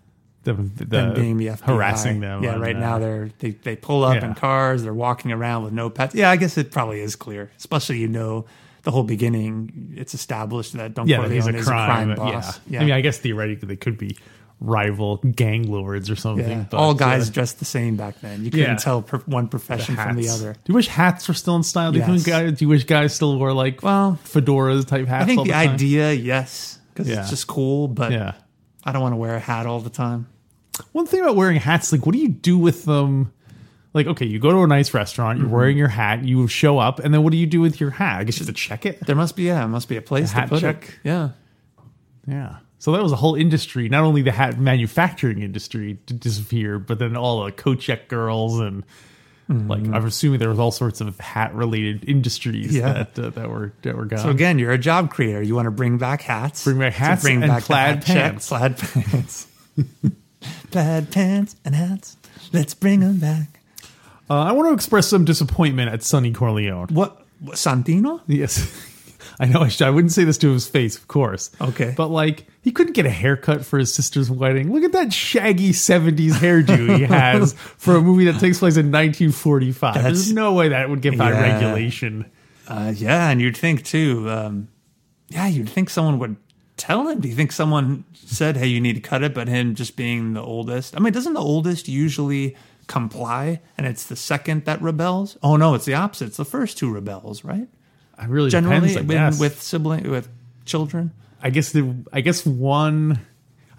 [SPEAKER 1] The, the,
[SPEAKER 2] them being the FBI.
[SPEAKER 1] harassing them.
[SPEAKER 2] Yeah,
[SPEAKER 1] on,
[SPEAKER 2] right
[SPEAKER 1] uh,
[SPEAKER 2] now they're they, they pull up
[SPEAKER 1] Yeah.
[SPEAKER 2] in cars, they're walking around with no pets. Yeah, I guess it probably is clear, especially you know the whole beginning. It's established that Don
[SPEAKER 1] Yeah, that
[SPEAKER 2] Corleone
[SPEAKER 1] he's a
[SPEAKER 2] is
[SPEAKER 1] crime.
[SPEAKER 2] a crime
[SPEAKER 1] but
[SPEAKER 2] boss.
[SPEAKER 1] Yeah. I mean, I guess theoretically they could be rival gang lords or something.
[SPEAKER 2] Yeah.
[SPEAKER 1] But,
[SPEAKER 2] all guys
[SPEAKER 1] uh,
[SPEAKER 2] dressed the same back then. You couldn't
[SPEAKER 1] Yeah.
[SPEAKER 2] tell per- one profession from the
[SPEAKER 1] hats.
[SPEAKER 2] other.
[SPEAKER 1] Do you wish hats were still in style? Do, you think
[SPEAKER 2] Yes.
[SPEAKER 1] guys, do you wish guys still wore like
[SPEAKER 2] Well,
[SPEAKER 1] fedoras type hats?
[SPEAKER 2] I
[SPEAKER 1] all
[SPEAKER 2] think the,
[SPEAKER 1] the time?
[SPEAKER 2] idea, yes, because
[SPEAKER 1] Yeah.
[SPEAKER 2] it's just cool. But
[SPEAKER 1] Yeah.
[SPEAKER 2] I don't want to wear a hat all the time.
[SPEAKER 1] One thing about wearing hats, like, what do you do with them? Like, okay, you go to a nice restaurant, you're wearing your hat, you show up, and then what do you do with your hat? Mm-hmm. I guess you have to check it.
[SPEAKER 2] There must be yeah, must be a place
[SPEAKER 1] hat
[SPEAKER 2] to put it.
[SPEAKER 1] check?
[SPEAKER 2] Yeah,
[SPEAKER 1] Yeah. So that was a whole industry, not only the hat manufacturing industry to disappear, but then all the coat check girls and like I'm assuming there was all sorts of hat related industries
[SPEAKER 2] Yeah.
[SPEAKER 1] that uh, that were that were gone.
[SPEAKER 2] So again, you're a job creator. You want to bring back hats.
[SPEAKER 1] Bring back
[SPEAKER 2] So
[SPEAKER 1] hats and
[SPEAKER 2] the hat
[SPEAKER 1] plaid
[SPEAKER 2] check,
[SPEAKER 1] pants.
[SPEAKER 2] plaid pants. plaid pants and hats. Let's bring them back.
[SPEAKER 1] uh, I want to express some disappointment at Sonny Corleone.
[SPEAKER 2] What? what, Santino?
[SPEAKER 1] Yes. I know I, should, I wouldn't say this to his face, of course.
[SPEAKER 2] Okay.
[SPEAKER 1] But like he couldn't get a haircut for his sister's wedding. Look at that shaggy 70s hairdo he has for a movie that takes place in 1945. There's
[SPEAKER 2] That's-
[SPEAKER 1] no way that would get by
[SPEAKER 2] Yeah.
[SPEAKER 1] regulation.
[SPEAKER 2] Uh, yeah, and you'd think too. Um, yeah, you'd think someone would tell him. Do you think someone said, "Hey, you need to cut it"? But him just being the oldest. I mean, doesn't the oldest usually comply? And it's the second that rebels. Oh no, it's the opposite. It's the first two rebels, right?
[SPEAKER 1] I really
[SPEAKER 2] Generally,
[SPEAKER 1] depends, I
[SPEAKER 2] when-
[SPEAKER 1] guess.
[SPEAKER 2] with sibling with children.
[SPEAKER 1] I guess the I guess one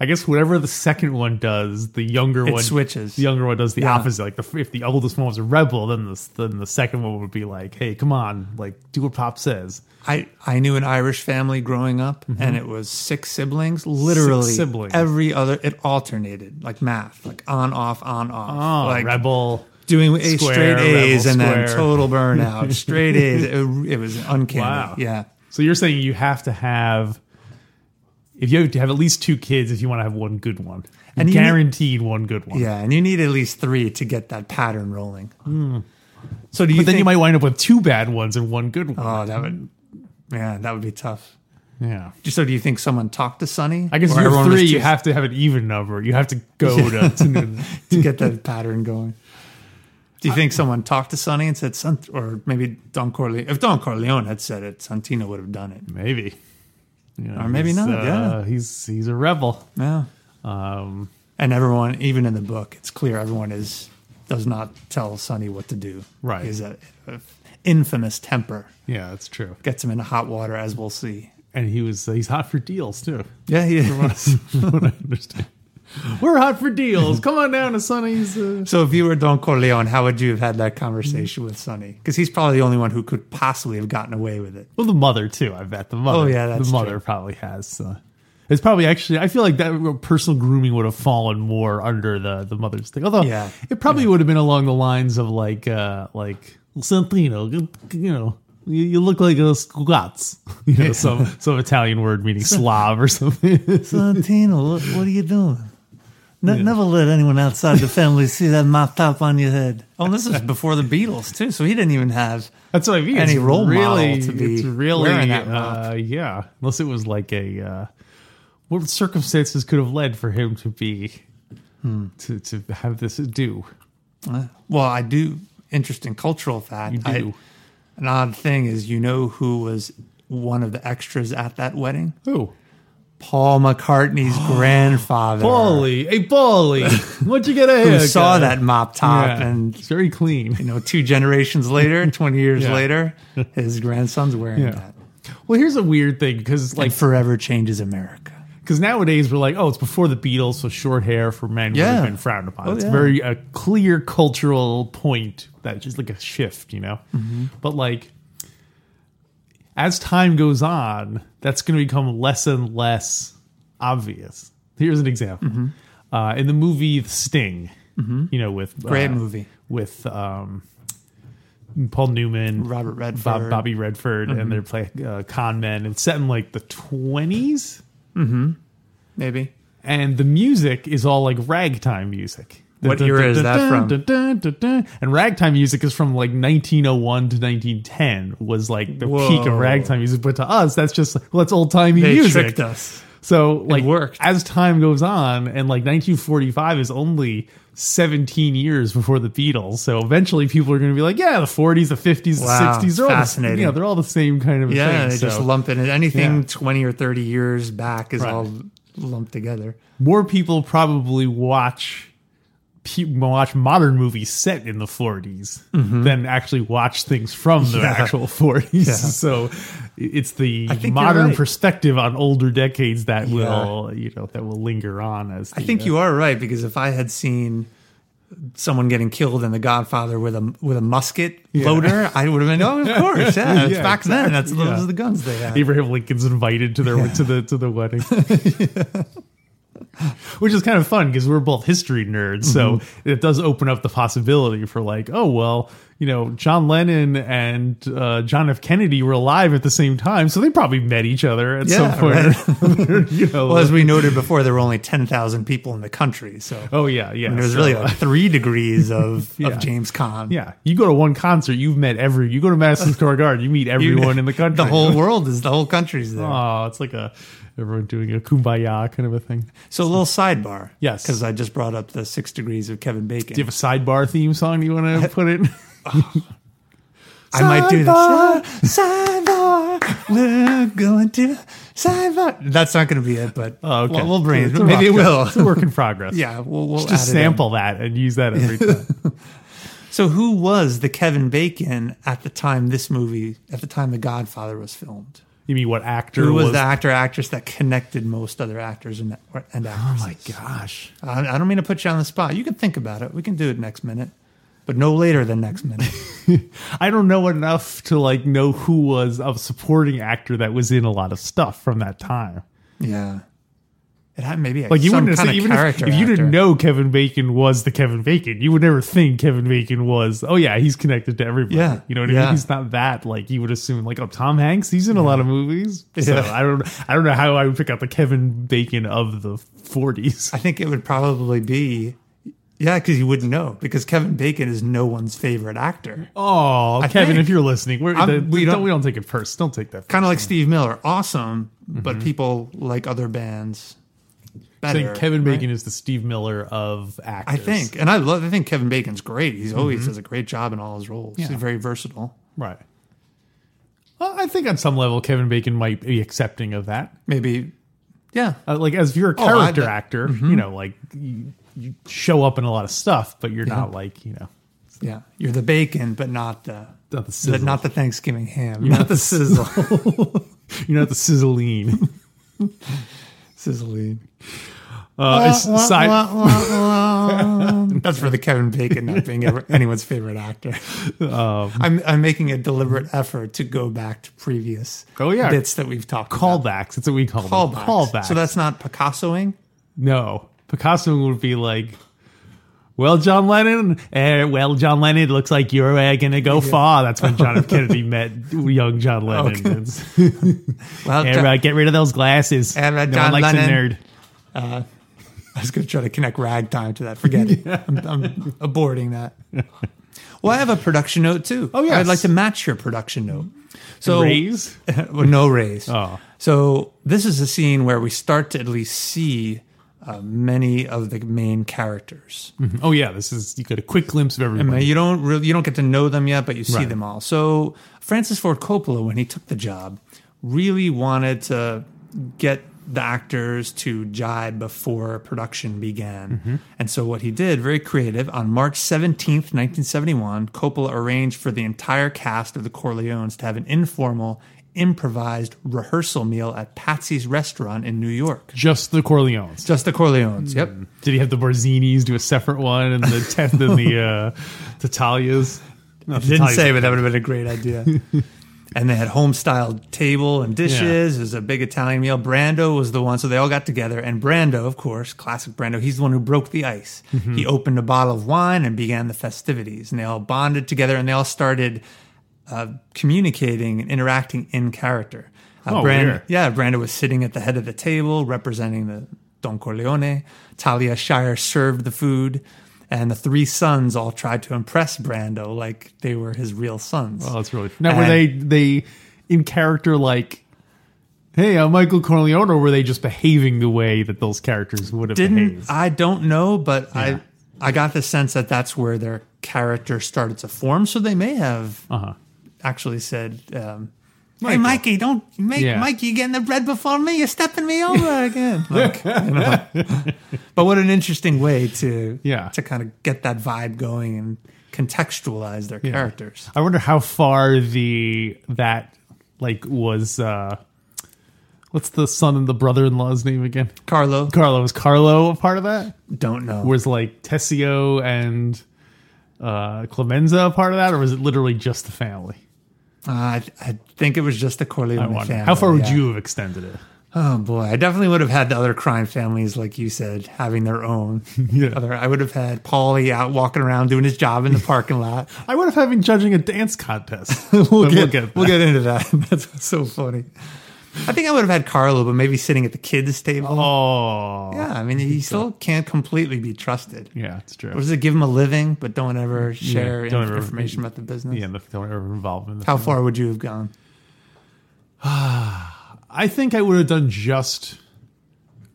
[SPEAKER 1] I guess whatever the second one does, the younger
[SPEAKER 2] It
[SPEAKER 1] one
[SPEAKER 2] switches.
[SPEAKER 1] The younger one does the
[SPEAKER 2] Yeah.
[SPEAKER 1] opposite. Like the if the oldest one was a rebel, then the then the second one would be like, "Hey, come on, like do what Pop says."
[SPEAKER 2] I, I knew an Irish family growing up, and it was six siblings. Literally,
[SPEAKER 1] Mm-hmm. siblings.
[SPEAKER 2] every other it alternated like math, like on off, on off,
[SPEAKER 1] Oh,
[SPEAKER 2] like
[SPEAKER 1] rebel.
[SPEAKER 2] doing a
[SPEAKER 1] square,
[SPEAKER 2] straight A's
[SPEAKER 1] rebel
[SPEAKER 2] and
[SPEAKER 1] square.
[SPEAKER 2] then total burnout, straight A's. It, it was uncanny.
[SPEAKER 1] Wow.
[SPEAKER 2] Yeah,
[SPEAKER 1] So you're saying you have to have if you have to have at least two kids if you want to have one good one.
[SPEAKER 2] And you need-
[SPEAKER 1] guaranteed one good one.
[SPEAKER 2] yeah, and you need at least three to get that pattern rolling.
[SPEAKER 1] Oh
[SPEAKER 2] So do you?
[SPEAKER 1] But then
[SPEAKER 2] think,
[SPEAKER 1] you Uh, might wind up with two bad ones and one good one.
[SPEAKER 2] Oh, that would. Yeah, that would be tough.
[SPEAKER 1] yeah.
[SPEAKER 2] So do you think someone talked to Sonny?
[SPEAKER 1] I guess if
[SPEAKER 2] Or
[SPEAKER 1] you have
[SPEAKER 2] everyone was
[SPEAKER 1] three, you
[SPEAKER 2] just-
[SPEAKER 1] have to have an even number. You have to go to, to
[SPEAKER 2] to get that pattern going. Do you think someone talked to Sonny and said, Son, or maybe Don Corleone? If Don Corleone had said it, Santino would have done it.
[SPEAKER 1] maybe. You know,
[SPEAKER 2] Or maybe
[SPEAKER 1] he's,
[SPEAKER 2] not,
[SPEAKER 1] uh,
[SPEAKER 2] yeah.
[SPEAKER 1] he's he's a rebel.
[SPEAKER 2] Yeah.
[SPEAKER 1] Um,
[SPEAKER 2] And everyone, even in the book, it's clear everyone is does not tell Sonny what to do.
[SPEAKER 1] Right.
[SPEAKER 2] He's a, a infamous temper,
[SPEAKER 1] yeah, that's true.
[SPEAKER 2] gets him into hot water, as we'll see.
[SPEAKER 1] And he was he's hot for deals too.
[SPEAKER 2] Yeah, he is.
[SPEAKER 1] From what I understand. We're hot for deals. Come on down to Sonny's. Uh,
[SPEAKER 2] so if you were Don Corleone, how would you have had that conversation with Sonny? Because he's probably the only one who could possibly have gotten away with it.
[SPEAKER 1] Well, the mother too. I bet the mother.
[SPEAKER 2] Oh, yeah, that's
[SPEAKER 1] the mother
[SPEAKER 2] true.
[SPEAKER 1] probably has. Uh, it's probably actually. I feel like that personal grooming would have fallen more under the the mother's thing. Although,
[SPEAKER 2] Yeah.
[SPEAKER 1] it probably would have been along the lines of like uh like Santino. You you know, you, you look like a squats. You know, some some Italian word meaning Slav or something.
[SPEAKER 2] Santino, what, what are you doing? Ne- Never let anyone outside the family see that mop top on your head. Oh, and this is before the Beatles too, so he didn't even have.
[SPEAKER 1] That's what I mean.
[SPEAKER 2] Any
[SPEAKER 1] It's
[SPEAKER 2] role model
[SPEAKER 1] really,
[SPEAKER 2] to be
[SPEAKER 1] It's really,
[SPEAKER 2] wearing that
[SPEAKER 1] uh, yeah. Unless it was like a, uh, what circumstances could have led for him to be, to to have this do?
[SPEAKER 2] Well, I do. Interesting cultural fact.
[SPEAKER 1] You do.
[SPEAKER 2] I, an odd thing is, you know who was one of the extras at that wedding?
[SPEAKER 1] Who?
[SPEAKER 2] Paul McCartney's grandfather,
[SPEAKER 1] Bolly, hey Bolly, what'd you get a
[SPEAKER 2] who
[SPEAKER 1] haircut?
[SPEAKER 2] saw that mop top,
[SPEAKER 1] Yeah.
[SPEAKER 2] and
[SPEAKER 1] it's very clean.
[SPEAKER 2] you know, two generations later, twenty years
[SPEAKER 1] Yeah.
[SPEAKER 2] later, his grandson's wearing
[SPEAKER 1] Yeah.
[SPEAKER 2] that.
[SPEAKER 1] Well, here's a weird thing because
[SPEAKER 2] Like
[SPEAKER 1] like
[SPEAKER 2] forever changes America.
[SPEAKER 1] because nowadays we're like, oh, it's before the Beatles, so short hair for men would have
[SPEAKER 2] Yeah.
[SPEAKER 1] been frowned upon.
[SPEAKER 2] Oh,
[SPEAKER 1] it's
[SPEAKER 2] yeah.
[SPEAKER 1] very a clear cultural point that just like a shift, you know.
[SPEAKER 2] Mm-hmm.
[SPEAKER 1] But like as time goes on, that's going to become less and less obvious. Here's an example
[SPEAKER 2] Mm-hmm.
[SPEAKER 1] uh, in the movie The Sting, you know, with
[SPEAKER 2] Great
[SPEAKER 1] uh,
[SPEAKER 2] movie.
[SPEAKER 1] with um, Paul Newman,
[SPEAKER 2] Robert Redford. Mm-hmm.
[SPEAKER 1] Bob, Bobby Redford, and they're playing uh, con men. It's set in like the twenties
[SPEAKER 2] Maybe
[SPEAKER 1] and the music is all like ragtime music.
[SPEAKER 2] What era is that from?
[SPEAKER 1] from? And ragtime music is from like 1901 to 1910 was like the peak
[SPEAKER 2] Whoa.
[SPEAKER 1] of ragtime music. But to us, that's just like, well, that's old timey
[SPEAKER 2] They
[SPEAKER 1] music.
[SPEAKER 2] tricked us.
[SPEAKER 1] So like
[SPEAKER 2] worked.
[SPEAKER 1] as time goes on, and like 1945 is only 17 years before the Beatles. So eventually, people are going to be like, yeah, the 40s, the 50s,
[SPEAKER 2] Wow,
[SPEAKER 1] the 60s, they're all
[SPEAKER 2] fascinating.
[SPEAKER 1] The, you know, they're all the same kind of
[SPEAKER 2] Yeah,
[SPEAKER 1] thing.
[SPEAKER 2] they
[SPEAKER 1] so
[SPEAKER 2] just lump it in. Anything
[SPEAKER 1] Yeah.
[SPEAKER 2] 20 or 30 years back is
[SPEAKER 1] Right.
[SPEAKER 2] all lumped together.
[SPEAKER 1] more people probably watch pe- watch modern movies set in the 40s
[SPEAKER 2] Mm-hmm.
[SPEAKER 1] than actually watch things from the actual 40s. So it's the
[SPEAKER 2] think you're
[SPEAKER 1] modern
[SPEAKER 2] right.
[SPEAKER 1] perspective on older decades that will you know that will linger on as
[SPEAKER 2] I think you are right because if I had seen someone getting killed in The Godfather with a with a musket loader, I would have been, oh, of course, yeah. it's
[SPEAKER 1] Yeah,
[SPEAKER 2] back then, that's
[SPEAKER 1] exactly,
[SPEAKER 2] those
[SPEAKER 1] yeah.
[SPEAKER 2] are the guns they had.
[SPEAKER 1] Abraham Lincoln's invited to their to the to the wedding. Which is kind of fun because we're both history nerds, so
[SPEAKER 2] Mm-hmm.
[SPEAKER 1] it does open up the possibility for like, oh well, you know, John Lennon and uh, John F. Kennedy were alive at the same time, so they probably met each other at
[SPEAKER 2] Yeah,
[SPEAKER 1] some point. you know,
[SPEAKER 2] Well, as we noted before, there were only 10,000 people in the country, so
[SPEAKER 1] oh yeah, yeah.
[SPEAKER 2] I mean, there was
[SPEAKER 1] so,
[SPEAKER 2] really like three degrees of,
[SPEAKER 1] Yeah.
[SPEAKER 2] of James Caan.
[SPEAKER 1] yeah. You go to one concert, you've met every. You go to Madison Square Garden, you meet everyone in the country.
[SPEAKER 2] The whole world is the whole country's there.
[SPEAKER 1] Oh, it's like a everyone doing a kumbaya kind of a thing.
[SPEAKER 2] So a little sidebar.
[SPEAKER 1] Yes.
[SPEAKER 2] Because I just brought up the six degrees of Kevin Bacon.
[SPEAKER 1] Do you have a sidebar theme song you want to put in?
[SPEAKER 2] I might do
[SPEAKER 1] Sidebar,
[SPEAKER 2] this. Sidebar. We're going to sidebar. That's not going to be it, but
[SPEAKER 1] Oh, okay.
[SPEAKER 2] we'll, we'll bring it.
[SPEAKER 1] It's a
[SPEAKER 2] Maybe it
[SPEAKER 1] rough cut.
[SPEAKER 2] will.
[SPEAKER 1] It's a work in progress.
[SPEAKER 2] yeah, we'll, we'll
[SPEAKER 1] Just
[SPEAKER 2] add it in.
[SPEAKER 1] sample that and use that every time.
[SPEAKER 2] So who was the Kevin Bacon at the time this movie, at the time The Godfather was filmed?
[SPEAKER 1] You mean what actor
[SPEAKER 2] Who was,
[SPEAKER 1] was
[SPEAKER 2] the actor actress that connected most other actors and, and actors?
[SPEAKER 1] Oh Gosh.
[SPEAKER 2] I, I don't mean to put you on the spot. You can think about it. We can do it next minute, but no later than next minute.
[SPEAKER 1] I don't know enough to like know who was a supporting actor that was in a lot of stuff from that time.
[SPEAKER 2] yeah. It had maybe
[SPEAKER 1] Like you
[SPEAKER 2] some
[SPEAKER 1] wouldn't have
[SPEAKER 2] kind
[SPEAKER 1] said,
[SPEAKER 2] of
[SPEAKER 1] even if,
[SPEAKER 2] character
[SPEAKER 1] if you didn't
[SPEAKER 2] actor.
[SPEAKER 1] know Kevin Bacon was the Kevin Bacon, you would never think Kevin Bacon was. Oh yeah, he's connected to everybody.
[SPEAKER 2] Yeah.
[SPEAKER 1] you know what I
[SPEAKER 2] Yeah.
[SPEAKER 1] mean. He's not that like you would assume. Like oh, Tom Hanks, he's in a lot of movies. So
[SPEAKER 2] Yeah.
[SPEAKER 1] I don't, I don't know how I would pick out the Kevin Bacon of the '40s.
[SPEAKER 2] I think it would probably be, yeah, because you wouldn't know because Kevin Bacon is no one's favorite actor.
[SPEAKER 1] Oh, Kevin,
[SPEAKER 2] think-
[SPEAKER 1] if you're listening, we're,
[SPEAKER 2] I'm-
[SPEAKER 1] the,
[SPEAKER 2] we
[SPEAKER 1] we don't
[SPEAKER 2] don't-
[SPEAKER 1] we don't take it first. Don't take that.
[SPEAKER 2] Kind of like Steve Miller, awesome, but people like other bands
[SPEAKER 1] I
[SPEAKER 2] better.
[SPEAKER 1] think Kevin
[SPEAKER 2] right?
[SPEAKER 1] Bacon is the Steve Miller of actors.
[SPEAKER 2] I think, and I love. I think Kevin Bacon's great. He's always does a great job in all his roles. He's very versatile.
[SPEAKER 1] right. Well, I think on some level, Kevin Bacon might be accepting of that.
[SPEAKER 2] Maybe, yeah,
[SPEAKER 1] Uh, like as if you're a
[SPEAKER 2] Oh, I-
[SPEAKER 1] character actor, you know, like you, you show up in a lot of stuff, but you're not like you know,
[SPEAKER 2] yeah. You're the bacon, but not the,
[SPEAKER 1] not the
[SPEAKER 2] the
[SPEAKER 1] sizzle,
[SPEAKER 2] not the Thanksgiving ham, not the sizzle,
[SPEAKER 1] you're not the sizzling.
[SPEAKER 2] sizzling.
[SPEAKER 1] Uh, it's side,
[SPEAKER 2] That's for the Kevin Bacon not being ever, anyone's favorite actor.
[SPEAKER 1] Um,
[SPEAKER 2] I'm I'm making a deliberate effort to go back to previous
[SPEAKER 1] Oh, yeah.
[SPEAKER 2] bits that we've talked about.
[SPEAKER 1] callbacks. It's what we call them.
[SPEAKER 2] callbacks.
[SPEAKER 1] Callbacks.
[SPEAKER 2] So that's not Picassoing.
[SPEAKER 1] No, Picasso would be like, "Well, John Lennon, eh, well, John Lennon, it looks like you're uh, gonna go far." That's when John F. Kennedy met young John Lennon.
[SPEAKER 2] Okay.
[SPEAKER 1] It's,
[SPEAKER 2] Well,
[SPEAKER 1] "Eh,
[SPEAKER 2] John-
[SPEAKER 1] uh, get rid of those glasses.
[SPEAKER 2] Eh, right,
[SPEAKER 1] no
[SPEAKER 2] John
[SPEAKER 1] one likes
[SPEAKER 2] Lennon.
[SPEAKER 1] a nerd.
[SPEAKER 2] I was going to try to connect ragtime to that. Forget it. I'm, I'm aborting that. Well, I have a production note too.
[SPEAKER 1] Oh, yes.
[SPEAKER 2] I'd like to match your production note. So
[SPEAKER 1] Raise?
[SPEAKER 2] well, no raise.
[SPEAKER 1] Oh.
[SPEAKER 2] So this is a scene where we start to at least see uh, many of the main characters.
[SPEAKER 1] Oh yeah, this is you get a quick glimpse of
[SPEAKER 2] I mean,
[SPEAKER 1] everybody.
[SPEAKER 2] you don't really you don't get to know them yet, but you see
[SPEAKER 1] Right.
[SPEAKER 2] them all. So Francis Ford Coppola, when he took the job, really wanted to get the actors to jibe before production began. And so what he did, very creative, on March 17th, 1971, Coppola arranged for the entire cast of the Corleones to have an informal improvised rehearsal meal at Patsy's restaurant in New York.
[SPEAKER 1] Just the Corleones.
[SPEAKER 2] Just the Corleones. Yep.
[SPEAKER 1] Did he have the Borzinis do a separate one and the Teth and the uh, Tatalias? Not
[SPEAKER 2] Didn't
[SPEAKER 1] Tatalias.
[SPEAKER 2] say, but that would have been a great idea. and they had home style table and dishes. It was a big Italian meal. Brando was the one, so they all got together. And Brando, of course, classic Brando, he's the one who broke the ice.
[SPEAKER 1] Mm-hmm.
[SPEAKER 2] He opened a bottle of wine and began the festivities. And they all bonded together and they all started uh, communicating and interacting in character. Uh,
[SPEAKER 1] Oh,
[SPEAKER 2] Brand-
[SPEAKER 1] weird.
[SPEAKER 2] yeah, Brando was sitting at the head of the table representing the Don Corleone. Talia Shire served the food. and the three sons all tried to impress Brando like they were his real sons.
[SPEAKER 1] Oh, that's really now were
[SPEAKER 2] And-
[SPEAKER 1] they they in character like. Hey, I'm Michael Corleone, or were they just behaving the way that those characters would have
[SPEAKER 2] didn't
[SPEAKER 1] behaved?
[SPEAKER 2] I don't know, but
[SPEAKER 1] Yeah.
[SPEAKER 2] I I got the sense that that's where their character started to form. So they may have
[SPEAKER 1] Uh-huh.
[SPEAKER 2] actually said, um, "Hey,
[SPEAKER 1] Michael."
[SPEAKER 2] Mikey, don't make
[SPEAKER 1] Yeah.
[SPEAKER 2] Mikey you getting the bread before me. You're stepping me over again." Like, you know. but what an interesting way to
[SPEAKER 1] Yeah.
[SPEAKER 2] to kind of get that vibe going and contextualize their characters.
[SPEAKER 1] I wonder how far the that like was. uh What's the son and the brother-in-law's name again?
[SPEAKER 2] Carlo,
[SPEAKER 1] Carlo was Carlo a part of that?
[SPEAKER 2] don't know.
[SPEAKER 1] Was like Tessio and uh Clemenza a part of that, or was it literally just the family?
[SPEAKER 2] Uh, I, I think it was just the Corleone
[SPEAKER 1] I wonder.
[SPEAKER 2] family.
[SPEAKER 1] How far would
[SPEAKER 2] yeah.
[SPEAKER 1] you have extended it?
[SPEAKER 2] Oh boy, I definitely would have had the other crime families, like you said, having their own.
[SPEAKER 1] Yeah.
[SPEAKER 2] Other, I would have had Paulie out walking around doing his job in the parking lot.
[SPEAKER 1] I would have having judging a dance contest. But
[SPEAKER 2] we'll, get,
[SPEAKER 1] at
[SPEAKER 2] we'll
[SPEAKER 1] that.
[SPEAKER 2] get into that. That's what's so funny. I think I would have had Carlo, but maybe sitting at the kids' table.
[SPEAKER 1] Oh, yeah.
[SPEAKER 2] Yeah, I mean, he still can't completely be trusted.
[SPEAKER 1] it's true.
[SPEAKER 2] Or does it give him a living, but don't ever share
[SPEAKER 1] don't
[SPEAKER 2] inf-
[SPEAKER 1] ever-
[SPEAKER 2] information about the business?
[SPEAKER 1] yeah, the film ever involved in the
[SPEAKER 2] How far would you have gone?
[SPEAKER 1] I think I would have done just.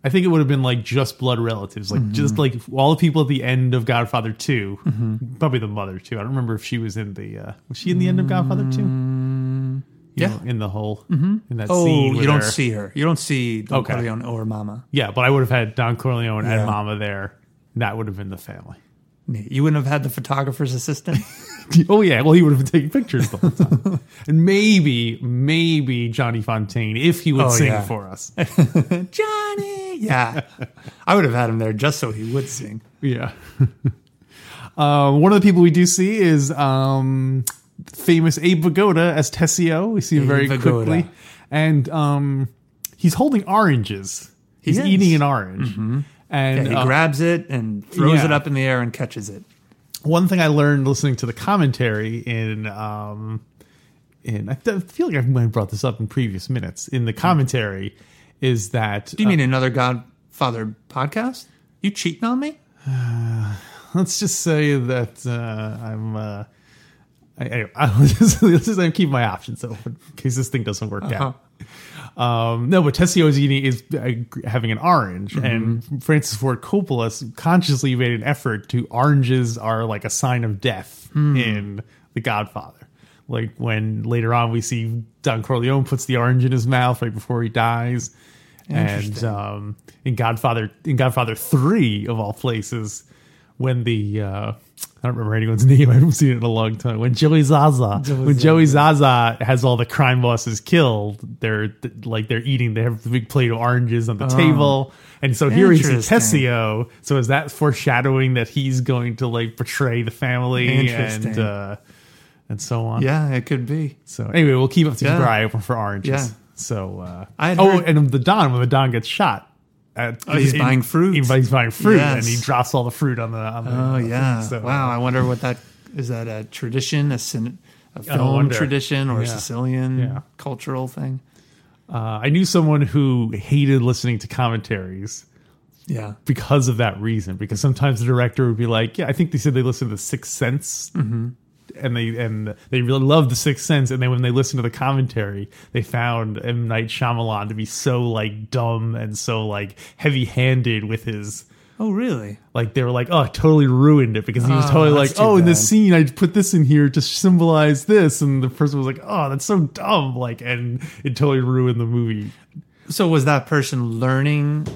[SPEAKER 1] I think it would have been like just blood relatives,
[SPEAKER 2] Mm-hmm.
[SPEAKER 1] like just like all the people at the end of Godfather 2
[SPEAKER 2] Mm-hmm.
[SPEAKER 1] probably the mother too. I don't remember if she was in the uh, was she in the end of Godfather two?
[SPEAKER 2] yeah.
[SPEAKER 1] in the whole in that
[SPEAKER 2] Mm-hmm. Oh,
[SPEAKER 1] scene. with
[SPEAKER 2] you don't
[SPEAKER 1] her.
[SPEAKER 2] see her. You don't see Don
[SPEAKER 1] Okay.
[SPEAKER 2] Corleone or Mama.
[SPEAKER 1] Yeah, but I would have had Don Corleone
[SPEAKER 2] Yeah.
[SPEAKER 1] and Mama there. That would have been the family.
[SPEAKER 2] You wouldn't have had the photographer's assistant.
[SPEAKER 1] Oh yeah, well he would have been taking pictures the whole time, and maybe maybe Johnny Fontaine if he would
[SPEAKER 2] Oh,
[SPEAKER 1] sing
[SPEAKER 2] yeah.
[SPEAKER 1] for us.
[SPEAKER 2] Johnny. Yeah. I would have had him there just so he would sing.
[SPEAKER 1] Yeah. uh, one of the people we do see is um, famous Abe Vigoda as Tessio. We see him
[SPEAKER 2] Abe
[SPEAKER 1] very
[SPEAKER 2] Vigoda.
[SPEAKER 1] quickly. And um, he's holding oranges. He's
[SPEAKER 2] is.
[SPEAKER 1] eating an orange. And
[SPEAKER 2] And he
[SPEAKER 1] uh,
[SPEAKER 2] grabs it and throws
[SPEAKER 1] yeah.
[SPEAKER 2] it up in the air and catches it.
[SPEAKER 1] one thing I learned listening to the commentary in um in I th- feel like I might have brought this up in previous minutes in the commentary is that
[SPEAKER 2] Do you mean another Godfather podcast? You cheating on me?
[SPEAKER 1] let's just say that uh, I'm. Uh, I, anyway, I'll just, let's just I'm keeping my options open in case this thing doesn't work out. Um, no, but Tessio is eating is uh, having an orange, and Francis Ford Coppola s- consciously made an effort to oranges are like a sign of death in The Godfather. Like when later on we see Don Corleone puts the orange in his mouth right before he dies, and
[SPEAKER 2] Interesting.
[SPEAKER 1] um, in Godfather in Godfather three of all places, when the uh, I don't remember anyone's name. I haven't seen it in a long time. When Joey Zaza, when Joey Zaza has all the crime bosses killed, they're th- like they're eating. They have the big plate of oranges on the table, and so here we see
[SPEAKER 2] Oh. Interesting.
[SPEAKER 1] Tessio. So is that foreshadowing that he's going to like betray the family and
[SPEAKER 2] Interesting.
[SPEAKER 1] uh, and so on?
[SPEAKER 2] Yeah, it could be.
[SPEAKER 1] So anyway, we'll keep up to keep
[SPEAKER 2] Yeah.
[SPEAKER 1] our eye open for oranges.
[SPEAKER 2] Yeah.
[SPEAKER 1] So uh,
[SPEAKER 2] I had
[SPEAKER 1] oh,
[SPEAKER 2] heard- Oh,
[SPEAKER 1] and the Don when the Don gets shot, at,
[SPEAKER 2] he's buying fruit.
[SPEAKER 1] He, he's buying fruit, and
[SPEAKER 2] Yes.
[SPEAKER 1] he drops all the fruit on the. On the
[SPEAKER 2] Oh,
[SPEAKER 1] on the
[SPEAKER 2] yeah.
[SPEAKER 1] thing. So,
[SPEAKER 2] wow. I wonder what that is that a tradition, a, cin- a film
[SPEAKER 1] wonder.
[SPEAKER 2] tradition, or a
[SPEAKER 1] Yeah.
[SPEAKER 2] Sicilian
[SPEAKER 1] Yeah.
[SPEAKER 2] cultural thing?
[SPEAKER 1] Uh, I knew someone who hated listening to commentaries
[SPEAKER 2] Yeah.
[SPEAKER 1] because of that reason. Because sometimes the director would be like, "Yeah, I think they said they listened to Sixth Sense."
[SPEAKER 2] Mm-hmm.
[SPEAKER 1] And they and they really loved the Sixth Sense, and then when they listened to the commentary, they found M Night Shyamalan to be so like dumb and so like heavy handed with his
[SPEAKER 2] Oh, really?
[SPEAKER 1] like they were like, oh, I totally ruined it because he was
[SPEAKER 2] Oh,
[SPEAKER 1] totally like,
[SPEAKER 2] that's too
[SPEAKER 1] oh, in this
[SPEAKER 2] bad.
[SPEAKER 1] scene, I put this in here to symbolize this, and the person was like, oh, that's so dumb, like, and it totally ruined the movie.
[SPEAKER 2] So was that person learning?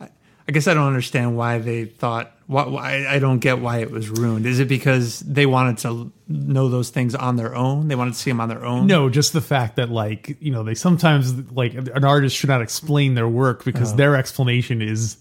[SPEAKER 2] I- I guess I don't understand why they thought. Why, why I don't get why it was ruined. Is it because they wanted to know those things on their own? They wanted to see them on their own.
[SPEAKER 1] No, just the fact that like you know they sometimes like an artist should not explain their work
[SPEAKER 2] Uh-huh.
[SPEAKER 1] because their explanation is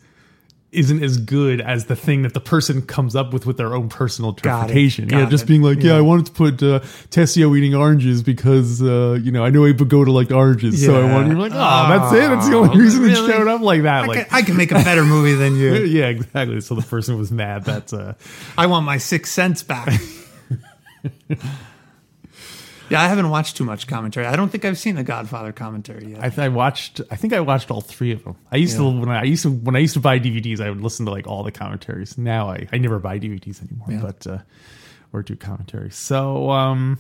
[SPEAKER 1] isn't as good as the thing that the person comes up with with their own personal
[SPEAKER 2] Got it.
[SPEAKER 1] interpretation. yeah,
[SPEAKER 2] Got
[SPEAKER 1] just
[SPEAKER 2] it.
[SPEAKER 1] being like, yeah,
[SPEAKER 2] Yeah.
[SPEAKER 1] I wanted to put uh, Tessio eating oranges because uh, you know I know Abe Pagoda liked oranges, so I
[SPEAKER 2] Yeah.
[SPEAKER 1] wanted. You're like, oh, that's it. That's the only reason
[SPEAKER 2] really?
[SPEAKER 1] it showed up like that.
[SPEAKER 2] I,
[SPEAKER 1] like,
[SPEAKER 2] can, I can make a better movie than you.
[SPEAKER 1] yeah, exactly. So the person was mad that. Uh,
[SPEAKER 2] I want my sixth sense back. Yeah, I haven't watched too much commentary. I don't think I've seen a Godfather commentary yet.
[SPEAKER 1] I, th- I watched. I think I watched all three of them. I used to when I, I used to when I used to buy DVDs, I would listen to like all the commentaries. Now I, I never buy DVDs anymore, but uh, or do commentaries. So um,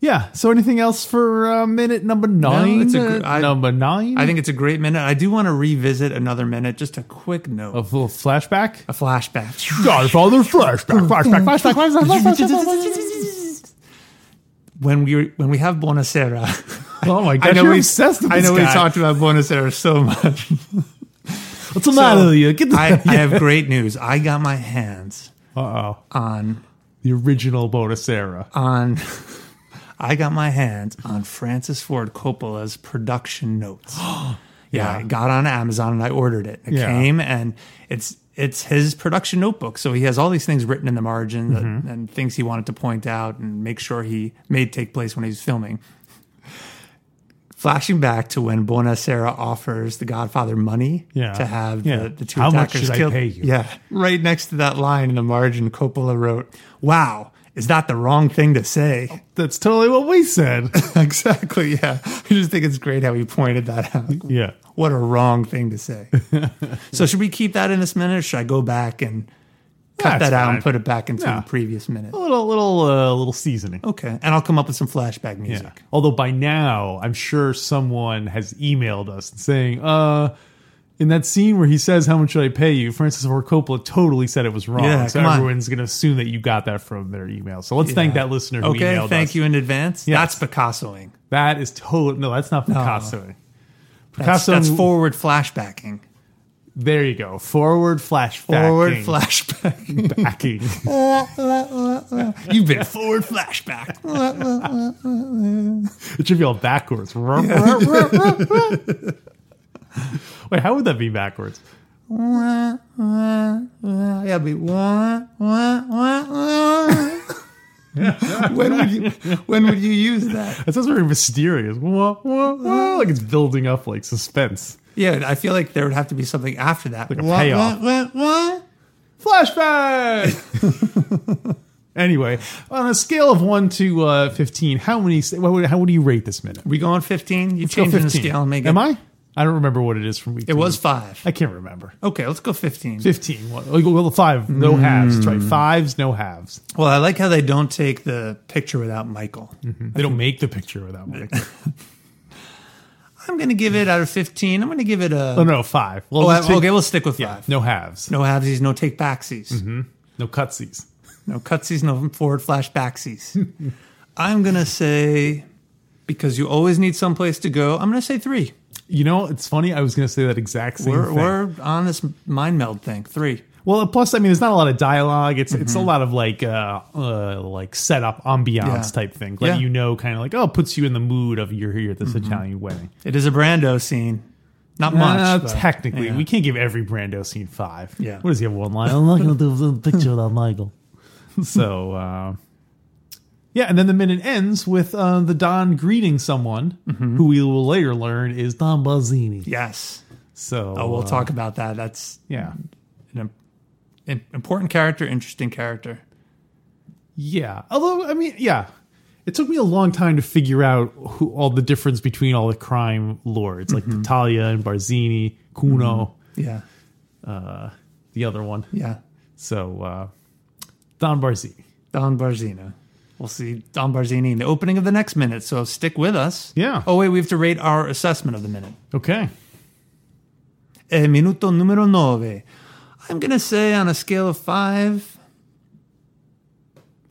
[SPEAKER 1] yeah. So anything else for uh, minute number nine?
[SPEAKER 2] it's a gr-
[SPEAKER 1] Uh,
[SPEAKER 2] I-
[SPEAKER 1] number nine.
[SPEAKER 2] I think it's a great minute. I do want to revisit another minute. Just a quick note,
[SPEAKER 1] a little flashback.
[SPEAKER 2] a flashback.
[SPEAKER 1] Godfather flashback, flashback, flashback, flashback, flashback, flashback.
[SPEAKER 2] when we when we have Bonacera.
[SPEAKER 1] Oh my gosh, you're obsessed with
[SPEAKER 2] I
[SPEAKER 1] this
[SPEAKER 2] know
[SPEAKER 1] guy.
[SPEAKER 2] we talked about Bonacera so much.
[SPEAKER 1] What's the matter with you? Get the
[SPEAKER 2] I, I have great news. I got my hands
[SPEAKER 1] Uh-oh.
[SPEAKER 2] on Uh,
[SPEAKER 1] the original Bonacera.
[SPEAKER 2] on. I got my hands on Francis Ford Coppola's production notes. yeah, I got on Amazon and I ordered it. It
[SPEAKER 1] Yeah.
[SPEAKER 2] came and it's it's his production notebook. So he has all these things written in the margin that-
[SPEAKER 1] Mm-hmm.
[SPEAKER 2] and things he wanted to point out and make sure he made take place when he's filming. Flashing back to when Bonacera offers the Godfather money
[SPEAKER 1] Yeah.
[SPEAKER 2] to have
[SPEAKER 1] Yeah.
[SPEAKER 2] the, the two
[SPEAKER 1] How much
[SPEAKER 2] attackers
[SPEAKER 1] should I
[SPEAKER 2] killed.
[SPEAKER 1] pay you?
[SPEAKER 2] Yeah, right next to that line in the margin, Coppola wrote, "Wow, is that the wrong thing to say?"
[SPEAKER 1] That's totally what we said.
[SPEAKER 2] exactly. Yeah, I just think it's great how he pointed that out.
[SPEAKER 1] yeah.
[SPEAKER 2] What a wrong thing to say. so should we keep that in this minute or should I go back and cut
[SPEAKER 1] That's
[SPEAKER 2] that out
[SPEAKER 1] fine.
[SPEAKER 2] and put it back into
[SPEAKER 1] Yeah.
[SPEAKER 2] the previous minute?
[SPEAKER 1] A little little uh, little seasoning.
[SPEAKER 2] Okay. And I'll come up with some flashback Oh, music.
[SPEAKER 1] Yeah. Although by now, I'm sure someone has emailed us saying, uh, in that scene where he says, How much should I pay you? Francis Ford Coppola totally said it was wrong.
[SPEAKER 2] Yeah,
[SPEAKER 1] so
[SPEAKER 2] come on.
[SPEAKER 1] everyone's going to assume that you got that from their email. So let's thank that listener who
[SPEAKER 2] Okay,
[SPEAKER 1] emailed
[SPEAKER 2] thank
[SPEAKER 1] us.
[SPEAKER 2] you in advance.
[SPEAKER 1] Yes.
[SPEAKER 2] That's Picassoing.
[SPEAKER 1] That is totally, no, that's not Picasso.
[SPEAKER 2] That's,
[SPEAKER 1] Picasso,
[SPEAKER 2] that's forward flashbacking.
[SPEAKER 1] there you go. Forward flash
[SPEAKER 2] Forward
[SPEAKER 1] backing.
[SPEAKER 2] flashback.
[SPEAKER 1] backing.
[SPEAKER 2] You've been forward flashback.
[SPEAKER 1] it should be all backwards. Wait, how would that be backwards?
[SPEAKER 2] Wah, wah, wah. Yeah, be wah, wah, wah, wah. when would you when would you use that?
[SPEAKER 1] That sounds very mysterious. Wah, wah, wah, like it's building up like suspense.
[SPEAKER 2] Yeah, I feel like there would have to be something after that.
[SPEAKER 1] a payoff.
[SPEAKER 2] Wah, wah, wah.
[SPEAKER 1] Flashback! anyway, on a scale of 1 to uh, 15, how many, what would- how would you rate this minute?
[SPEAKER 2] We going 15? You
[SPEAKER 1] Go
[SPEAKER 2] changing the scale and make it.
[SPEAKER 1] Am I? I don't remember what it is from week
[SPEAKER 2] It was 5.
[SPEAKER 1] I can't remember.
[SPEAKER 2] Okay, let's go 15.
[SPEAKER 1] 15. Well, well, five, no
[SPEAKER 2] Mm.
[SPEAKER 1] halves. That's right. Fives, no halves.
[SPEAKER 2] Well, I like how they don't take the picture without Michael.
[SPEAKER 1] They don't make the picture without Mike.
[SPEAKER 2] I'm going to give it out of 15. I'm going to give it a.
[SPEAKER 1] oh, no, five. Well,
[SPEAKER 2] Oh,
[SPEAKER 1] just take-
[SPEAKER 2] okay, we'll stick with 5.
[SPEAKER 1] yeah, no halves. No,
[SPEAKER 2] No halvesies, no take backsies.
[SPEAKER 1] cutsies.
[SPEAKER 2] No cutsies, no forward flash backsies. I'm going to say, because you always need someplace to go, I'm going to say three.
[SPEAKER 1] You know, it's funny. I was going to say that exact same
[SPEAKER 2] We're,
[SPEAKER 1] thing.
[SPEAKER 2] we're on this mind meld thing. Three.
[SPEAKER 1] Well, plus, I mean, there's not a lot of dialogue. It's it's a lot of like uh, uh like setup, ambiance
[SPEAKER 2] Yeah.
[SPEAKER 1] type thing. Let
[SPEAKER 2] Yeah.
[SPEAKER 1] you know, kind of like oh, puts you in the mood of you're here at this Italian wedding.
[SPEAKER 2] It is a Brando scene. Not much.
[SPEAKER 1] Mm-hmm. Uh,
[SPEAKER 2] but-
[SPEAKER 1] technically,
[SPEAKER 2] yeah.
[SPEAKER 1] we can't give every Brando scene five.
[SPEAKER 2] Yeah.
[SPEAKER 1] What does he have one line? I'm not gonna do a picture without Michael. so, uh, yeah, and then the minute ends with uh, the Don greeting someone who we will later learn is Don Balzini.
[SPEAKER 2] Yes.
[SPEAKER 1] So
[SPEAKER 2] Oh, we'll
[SPEAKER 1] uh,
[SPEAKER 2] talk about that. That's
[SPEAKER 1] Yeah.
[SPEAKER 2] an im- im- important character, interesting character.
[SPEAKER 1] Yeah. Although, I mean, yeah. It took me a long time to figure out who all the difference between all the crime lords, like
[SPEAKER 2] Mm-hmm.
[SPEAKER 1] Natalia and Barzini, Cuno,
[SPEAKER 2] Yeah, Mm-hmm.
[SPEAKER 1] the other one.
[SPEAKER 2] yeah.
[SPEAKER 1] So, uh, Don Barzini.
[SPEAKER 2] Don Barzino. We'll see Don Barzini in the opening of the next minute. So stick with us.
[SPEAKER 1] Yeah.
[SPEAKER 2] Oh wait, we have to rate our assessment of the minute.
[SPEAKER 1] Okay.
[SPEAKER 2] Eh, minuto numero nove. I'm gonna say on a scale of five.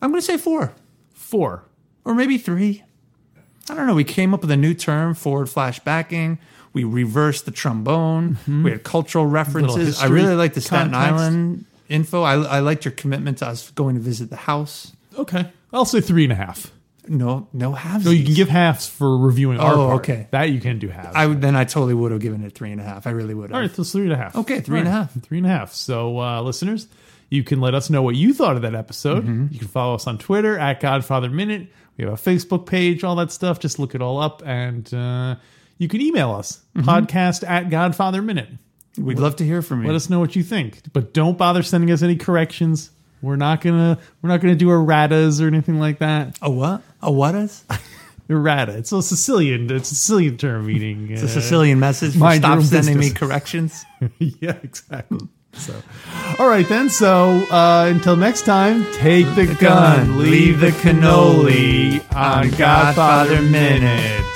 [SPEAKER 2] I'm gonna say four
[SPEAKER 1] Four.
[SPEAKER 2] or maybe three. I don't know. We came up with a new term: forward flashbacking. We reversed the trombone. We had cultural references. I
[SPEAKER 1] Mm-hmm. history,
[SPEAKER 2] really like the Staten
[SPEAKER 1] context.
[SPEAKER 2] Island info. I, I liked your commitment to us going to visit the house.
[SPEAKER 1] Okay. I'll say three and a half.
[SPEAKER 2] No, no halves.
[SPEAKER 1] So you can give halves for reviewing our
[SPEAKER 2] Oh,
[SPEAKER 1] part.
[SPEAKER 2] okay.
[SPEAKER 1] That you can do halves.
[SPEAKER 2] I would, then I totally would have given it three and a half. I really would have.
[SPEAKER 1] All right, so it's three and a half.
[SPEAKER 2] Okay, three
[SPEAKER 1] All
[SPEAKER 2] and a
[SPEAKER 1] right,
[SPEAKER 2] half.
[SPEAKER 1] Three and a half. So, uh, listeners, you can let us know what you thought of that episode.
[SPEAKER 2] Mm-hmm.
[SPEAKER 1] You can follow us on Twitter at Godfather Minute. We have a Facebook page, all that stuff. Just look it all up. And uh, you can email us,
[SPEAKER 2] Mm-hmm.
[SPEAKER 1] podcast at Godfather Minute.
[SPEAKER 2] We'd love to hear from you.
[SPEAKER 1] Let us know what you think. But don't bother sending us any corrections. We're not gonna we're not gonna do erratas or anything like that.
[SPEAKER 2] A what? A what is?
[SPEAKER 1] Errata. It's a Sicilian. It's a Sicilian term meaning. Uh,
[SPEAKER 2] It's a Sicilian message. For
[SPEAKER 1] mind your
[SPEAKER 2] stop
[SPEAKER 1] own
[SPEAKER 2] sending me
[SPEAKER 1] business.
[SPEAKER 2] corrections.
[SPEAKER 1] yeah, exactly. So, all right then. So uh, until next time, take the, gun, leave the cannoli on Godfather Minute.